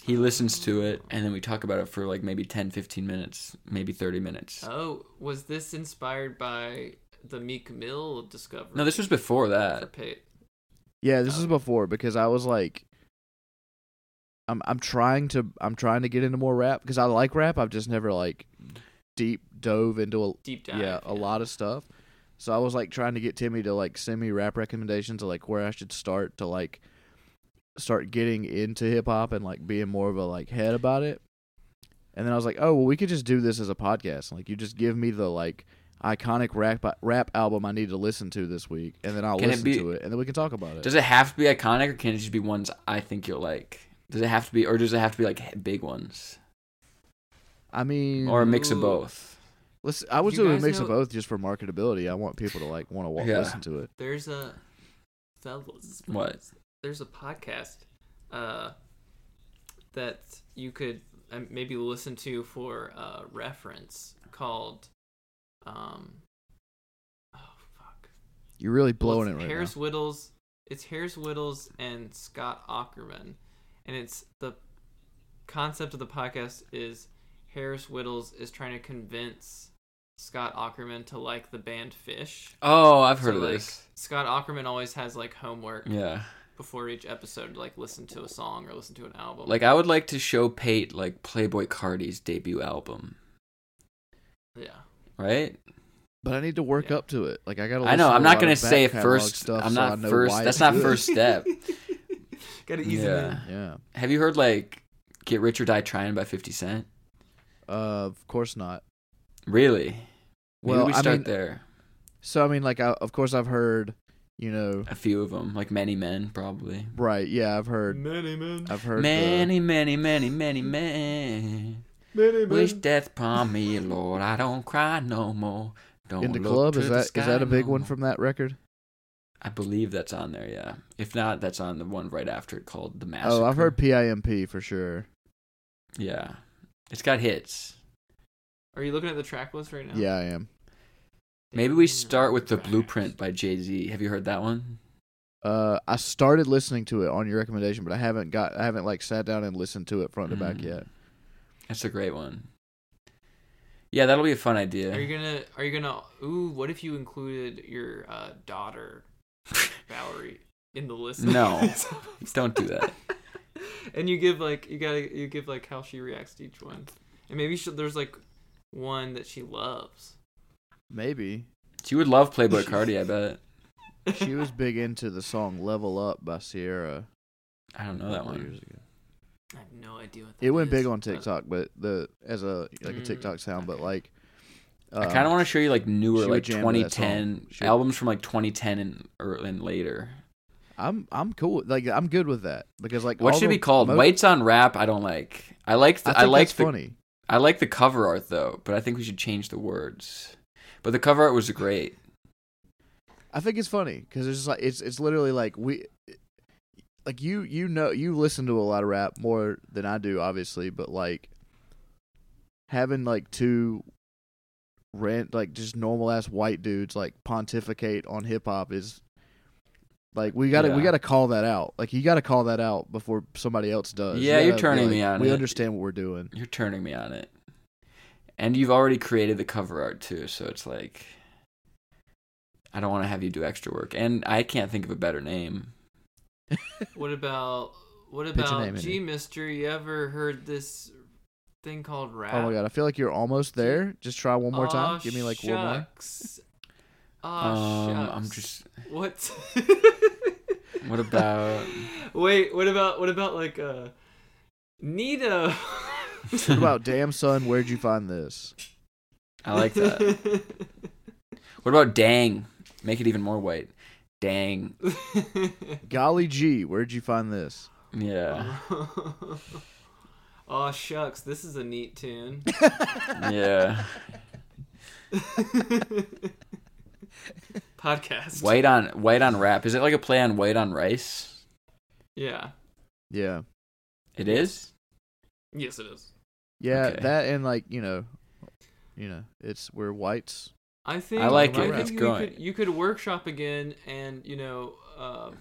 B: He listens to it, and then we talk about it for like maybe 10, 15 minutes, maybe 30 minutes.
A: Oh, was this inspired by the Meek Mill discovery?
B: No, this was before
A: for
B: that.
A: Pate.
C: Yeah, this is before because I was like, I'm I'm trying to I'm trying to get into more rap because I like rap. I've just never like deep dove into a
A: Deep dive.
C: yeah a lot of stuff. So I was like trying to get Timmy to like send me rap recommendations of like where I should start to like start getting into hip hop and like being more of a like head about it. And then I was like, oh well, we could just do this as a podcast. Like you just give me the like iconic rap rap album I need to listen to this week, and then I'll
B: Can it
C: listen
B: be-
C: to it, and then we can talk about it.
B: Does it have to be iconic, or can it just be ones I think you'll like? Does it have to be, or does it have to be like big ones,
C: I mean,
B: or a mix of
A: Ooh.
B: both?
C: let's. I was
A: You
C: doing a
A: guys
C: mix
A: know-
C: of both just for marketability. I want people to like want to wa-
B: Yeah.
C: listen to it.
A: There's a fellas.
B: What?
A: There's a podcast uh, that you could um, maybe listen to for uh, reference called. Um, oh fuck!
C: You're really
A: Well,
C: blowing
A: it's
C: it right
A: Harris Whittles. It's Harris Whittles and Scott Ackerman, and it's the concept of the podcast is Harris Whittles is trying to convince Scott Ackerman to like the band Fish.
B: Oh, I've heard
A: So,
B: of
A: like,
B: this.
A: Scott Ackerman always has like homework
B: Yeah,
A: before each episode, to, like listen to a song or listen to an album.
B: like I would like to show Pate like Playboy Cardi's debut album,
A: yeah,
B: right?
C: But I need to work
A: Yeah.
C: up to it. Like I gotta.
B: I know.
C: listen to
B: I'm
C: a
B: not
C: lot
B: gonna
C: of back
B: say it
C: catalog
B: first.
C: Stuff,
B: I'm
C: so
B: not
C: I know
B: first.
C: why
B: That's
C: it's
B: not
C: good.
B: first step.
A: gotta ease
B: yeah.
A: him
C: Yeah.
B: Have you heard like "Get Rich or Die Trying" by Fifty Cent?
C: Uh, of course not.
B: Really? Maybe
C: Well,
B: we
C: I
B: start
C: mean-
B: there.
C: So I mean, like, I, of course I've heard. You know,
B: A few of them, like many men, probably.
C: right? Yeah, I've heard.
A: in. Many men,
C: I've heard. the-
B: Many, many, many, many men.
A: many
B: Wish
A: men.
B: death upon me, Lord. I don't cry no more. Don't
C: in the
B: look
C: club
B: to
C: is
B: the
C: that is
B: sky
C: that a big
B: no
C: one
B: more.
C: from that record?
B: I believe that's on there. Yeah. If not, that's on the one right after it called the Massacre.
C: Oh, I've heard PIMP for sure.
B: Yeah, it's got hits.
A: Are you looking at the track list right now?
C: Yeah, I am.
B: Maybe we start with the
A: Tracks.
B: Blueprint by Jay Z. Have you heard that one?
C: Uh, I started listening to it on your recommendation, but I haven't got I haven't like sat down and listened to it front to back
B: Mm.
C: yet.
B: That's a great one. Yeah, that'll be a fun idea.
A: Are you gonna? Are you gonna? Ooh, what if you included your uh, daughter, Valerie, in the list?
B: No. Don't do that.
A: and you give like you gotta you give like how she reacts to each one, and maybe she, there's like one that she loves.
C: Maybe
B: She would love Playboy Cardi, I bet.
C: she was big into the song "Level Up" by Sierra.
B: I don't
C: a
B: know Oh, that
C: couple
B: one.
C: years ago.
A: I have no idea what that
C: It went
A: is,
C: big
B: Uh,
C: on
A: but-
C: TikTok, but the as a like a
A: Mm,
C: TikTok sound, but
A: okay.
C: like
B: mm-hmm.
C: um,
B: I kind of want to show you like newer,
C: she would
B: like
C: jam to that song.
B: 2010
C: She would-
B: albums from like 2010 and or, and later.
C: I'm I'm cool. Like I'm good with that because like
B: What
C: all
B: should it
C: the
B: be called?
C: mo-
B: Whites on Rap. I don't like. I like.
C: I,
B: The,
C: think
B: I, like
C: that's
B: the.
C: funny.
B: I like the cover art though, but I think we should change the words. But the cover art was great.
C: I think it's funny because it's just like it's it's literally like we, like you you know you listen to a lot of rap more than I do obviously, but like having like two rent like just normal ass white dudes like pontificate on hip hop is like we gotta we
B: Yeah.
C: gotta call that out like you gotta call that out before somebody else does. You
B: Yeah, you're
C: gotta be
B: turning
C: like,
B: me on
C: We
B: it.
C: understand what we're doing.
B: You're turning me on it. And you've already created the cover art too, so it's like I don't want to have you do extra work. And I can't think of a better name.
A: What about what
C: Pitch a name
A: about?
C: in
A: Gee,
C: it.
A: Mister, you ever heard this thing called rap?
C: Oh my god, I feel like you're almost there. Just try one
B: Oh,
C: more time.
A: Aw,
C: Give me like one more.
A: shucks. Aw,
B: um,
A: shucks.
B: I'm just.
A: what?
B: What about?
A: Wait, what about what about like uh, Nito?
C: What about damn son? Where'd you find this?
B: I like that. What about dang? Make it even more white. Dang.
C: Golly gee, where'd you find this?
B: Yeah.
A: Aw, shucks, this is a neat tune.
B: Yeah.
A: Podcast.
B: White on white on rap. Is it like a play on white on rice?
A: Yeah.
C: Yeah.
B: It is?
A: Yes, it is.
C: Yeah,
B: Okay.
C: that and like, you know, you know, it's we're whites.
A: I think
B: I like
C: it.
A: think
C: It's
A: you
B: growing.
A: Could, you could workshop again, and you know, um,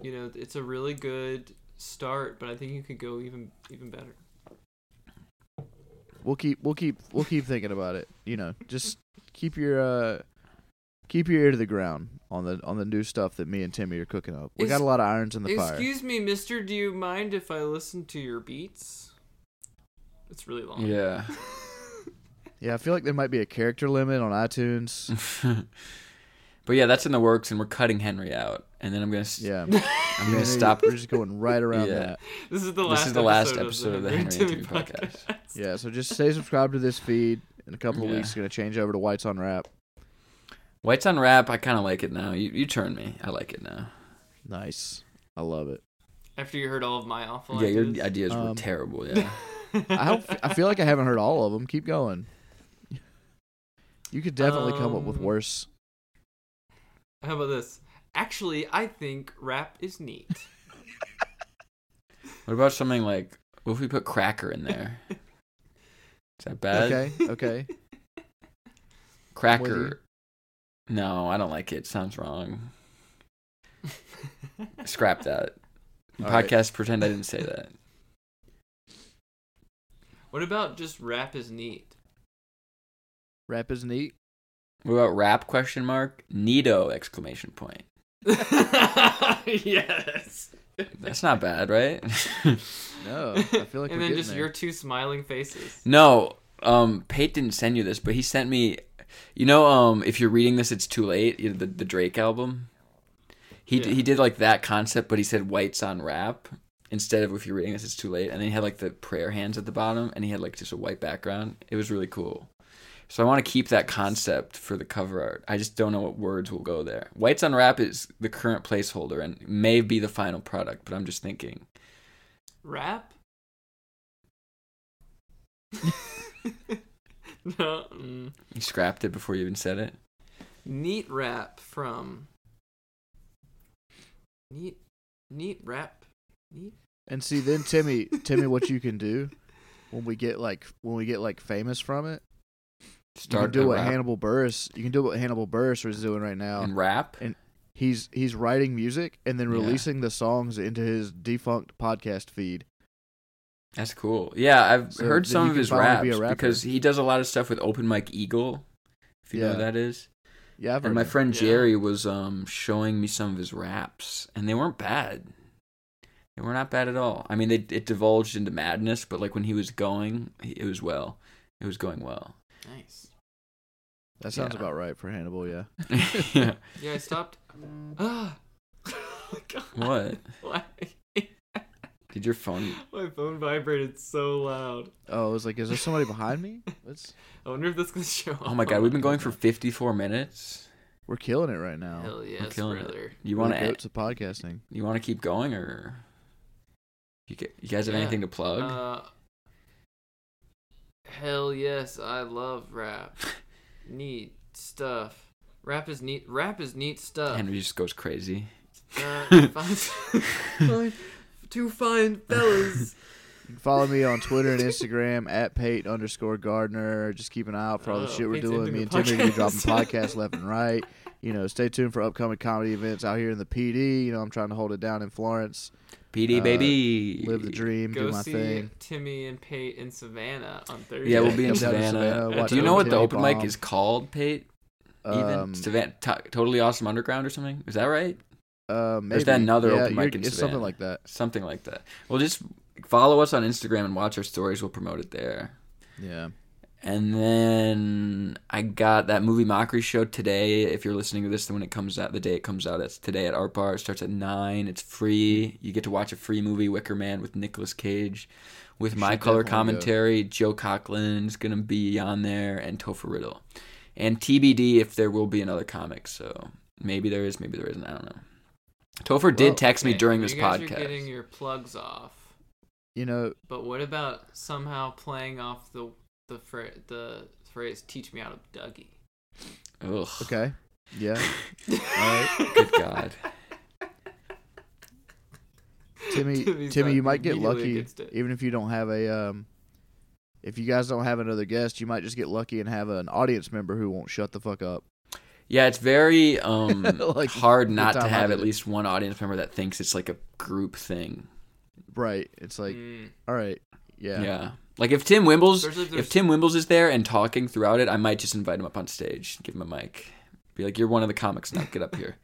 A: you know, it's a really good start. But I think you could go even even better.
C: We'll keep we'll keep we'll keep thinking about it. You know, just keep your uh keep your ear to the ground on the on the new stuff that me and Timmy are cooking up. We
A: Is-
C: got a lot of irons in the fire.
A: Excuse me, Mister. Do you mind if I listen to your beats? It's really long.
B: Yeah.
C: Yeah, I feel like there might be a character limit on iTunes.
B: but yeah, that's in the works and we're cutting Henry out. And then I'm gonna s-
C: Yeah.
B: I'm gonna
C: Yeah,
B: stop
C: We're just going right around
B: Yeah.
C: that.
A: This is the last.
B: This is the last
A: episode, of the Henry and Timmy podcast.
C: Yeah, so just stay subscribed to this feed. In a couple of
B: Yeah.
C: weeks, it's gonna change over to Whites on Rap.
B: Whites on rap, I kinda like it now. You you turn me. I like it now.
C: Nice, I love it.
A: After you heard all of my awful
B: yeah,
A: ideas.
B: your ideas were
C: Um,
B: terrible. Yeah.
C: I hope, I feel like I haven't heard all of them. Keep going. You could definitely come up with
A: Um,
C: worse.
A: How about this? Actually, I think rap is neat.
B: what about something like what if we put cracker in there? Is that bad?
C: Okay, okay. I'm with
B: Cracker. No, I don't like it. Sounds wrong. Scrap that.
C: All right.
B: Podcast pretend I didn't say that.
A: What about just rap is neat?
C: Rap is neat.
B: What about rap question mark? Neato exclamation point.
A: yes.
B: That's not bad, right?
C: No, I feel like
A: and
C: we're
A: then
C: getting
A: just
C: there.
A: your two smiling faces.
B: no, um, Pate didn't send you this, but he sent me. You know, um, if you're reading this, it's too late. You know, the the Drake album. He d
A: Yeah.
B: he did like that concept, but he said whites on rap instead of if you're reading this, it's too late. And then he had like the prayer hands at the bottom, and he had like just a white background. It was really cool. So I want to keep that concept for the cover art. I just don't know what words will go there. Whites on rap is the current placeholder and may be the final product, but I'm just thinking.
A: Rap? no. mm.
B: You scrapped it before you even said it.
A: Neat rap from Neat Neat rap. Neat
C: And see, then Timmy, Timmy, what you can do when we get like when we get like famous from it, you can
B: Start
C: do
B: a
C: what
B: rap
C: Hannibal Burris. You can do what Hannibal Burris is doing right now.
B: and rap.
C: He's he's writing music and then
B: Yeah.
C: releasing the songs into his defunct podcast feed.
B: That's cool. Yeah, I've
C: So
B: heard
C: then
B: some
C: you
B: of
C: can
B: his
C: finally be a
B: raps
C: rapper.
B: because he does a lot of stuff with Open Mic Eagle, if you know
C: Yeah.
B: who that is.
C: Yeah, I've heard
B: And my
C: that.
B: friend
A: Yeah.
B: Jerry was um, showing me some of his raps, and they weren't bad. They were not bad at all. I mean, they, it divulged into madness, but like when he was going, he- it was well. It was going well.
A: nice.
C: that sounds
B: yeah.
C: about right for Hannibal. Yeah,
B: yeah.
A: Yeah, I stopped. Ah. Oh my God.
B: What?
A: Why?
B: Did your phone?
A: My phone vibrated so loud.
C: Oh, I was like, is there somebody behind me? Let's,
A: I wonder if that's gonna show up.
B: Oh my god,
A: on
B: we've been
A: my-
B: going for 54 minutes.
C: we're killing it right now.
A: Hell yes,
B: killing it.
A: brother.
B: You
C: We're
B: want
C: the
B: to
C: goats of podcasting?
B: you want to keep going or you, ca- you guys have
A: Yeah.
B: anything to plug
A: Uh, hell yes, I love rap. neat stuff. Rap is neat. Rap is neat stuff.
B: henry just goes crazy
A: Uh, fine- fine- two fine fellas.
C: You can follow me on Twitter and Instagram at Pate underscore Gardner. Just keep an eye out for all the
A: Oh,
C: shit we're
A: Pate's
C: doing.
A: into
C: Me and
A: the
C: Timmy are gonna be dropping
A: podcast.
C: podcasts left and right. You know, stay tuned for upcoming comedy events out here in the PD. You know, I'm trying to hold it down in Florence.
B: pd
C: Uh,
B: baby
C: Live the dream,
A: Go
C: do my
A: see
C: thing.
A: Timmy and Pate in Savannah on Thursday.
B: yeah, we'll be in
C: Come down to
B: savannah,
A: Savannah, watch
B: do you know what the
C: Timmy
B: open mic
C: Bomb.
B: is called pate even
C: Um,
B: savannah to- totally awesome underground or something is that right
C: uh, maybe.
B: that another
C: yeah,
B: open mic
C: you're-
B: in
C: It's something
B: Savannah?
C: like that.
B: something like that well just follow us on instagram and watch our stories we'll promote it there
C: Yeah.
B: And then I got that movie mockery show today. If you're listening to this, then when it comes out, the day it comes out, it's today at Art Bar. It starts at nine. It's free. You get to watch a free movie, Wicker Man, with Nicolas Cage, with
C: You
B: my
C: should
B: color
C: definitely go.
B: commentary. Joe Cocklin's gonna be on there, and Topher Riddle, and TBD if there will be another comic. So maybe there is, maybe there isn't. I don't know. Topher
C: Well,
B: did text me
A: Okay,
B: during
A: you
B: this
A: guys are
B: podcast.
A: getting your plugs off.
C: You know,
A: But what about somehow playing off the the fra- the phrase "teach me how to Dougie"?
B: Ugh.
C: okay. Yeah.
B: Good God.
C: Timmy,
A: Timmy's
C: Timmy,
A: not-
C: you might get
A: immediately
C: lucky,
A: against it.
C: even if you don't have a. Um, if you guys don't have another guest, you might just get lucky and have an audience member who won't shut the fuck up.
B: Yeah, it's very um
C: Like,
B: hard
C: the
B: not to
C: time I
B: have
C: did
B: at
C: it.
B: least one audience member that thinks it's like a group thing.
C: Right. It's like,
A: Mm.
C: all right. Yeah.
B: Yeah. Like if Tim Wimbles
A: Especially if
B: if
A: there's-
B: Tim Wimbles is there and talking throughout it, I might just invite him up on stage, give him a mic. Be like, You're one of the comics now, get up here.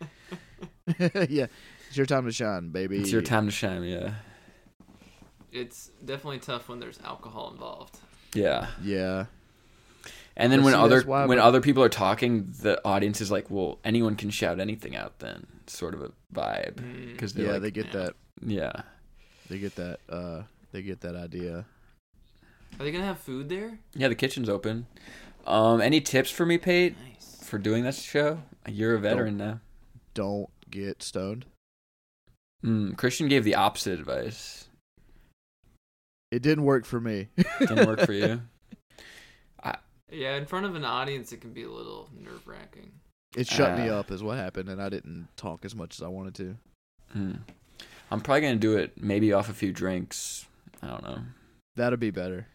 C: yeah. It's your time to shine, baby.
B: It's your time to shine, yeah.
A: It's definitely tough when there's alcohol involved.
B: Yeah.
C: Yeah.
B: And then
C: But
B: when
C: see,
B: other
C: that's why-
B: when other people are talking, the audience is like, Well, anyone can shout anything out then sort of a vibe.
A: Mm.
B: Because they're
C: Yeah,
B: like
C: they get that.
B: Yeah.
C: They get that. Uh, they get that idea.
A: Are they gonna have food there?
B: Yeah, the kitchen's open. Um, any tips for me, Pate,
A: Nice.
B: for doing this show? You're a veteran now.
C: Don't get stoned.
B: Mm, Christian gave the opposite advice.
C: It didn't work for me.
B: Didn't work for you.
A: Yeah, in front of an audience, it can be a little nerve wracking.
C: It shut me
B: Uh.
C: up, is what happened, and I didn't talk as much as I wanted to.
B: Mm. I'm probably gonna do it maybe off a few drinks. I don't know.
C: That'd be better.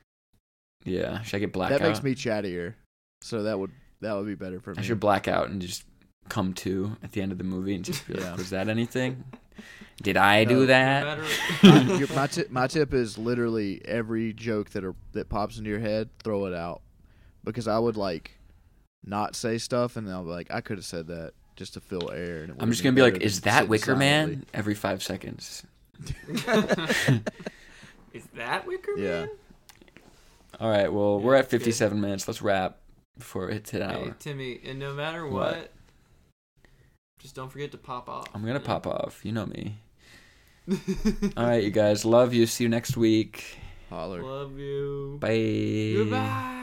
B: Yeah, should I get blackout?
C: that makes me chattier, so that would that would be better for me.
B: uh, I should black out and just come to at the end of the movie and just be like,
C: Yeah.
B: was that anything? Did I
C: No.
B: do that?
A: Better-
C: Your- my, tip, my tip is literally every joke that are that pops into your head, throw it out, because I would like not say stuff, and I'll be like, I could have said that just to fill air. And it
B: I'm
C: would've
B: just
C: been
B: gonna be like,
C: better than
B: is that
C: sitting
B: Wicker
C: silently."
B: Man? Every five seconds.
A: Is that Wicker
C: Yeah.
A: Man?
B: All right, well, we're at
A: that's good.
B: 57 minutes. Let's wrap before it hits an
A: Hey,
B: hour.
A: Timmy, and no matter
B: What?
A: what, just don't forget to pop off.
B: I'm gonna pop off. You know me.
A: off.
B: All right, you guys. Love you. See you next week.
C: Holler.
A: Love you.
B: Bye.
A: Goodbye.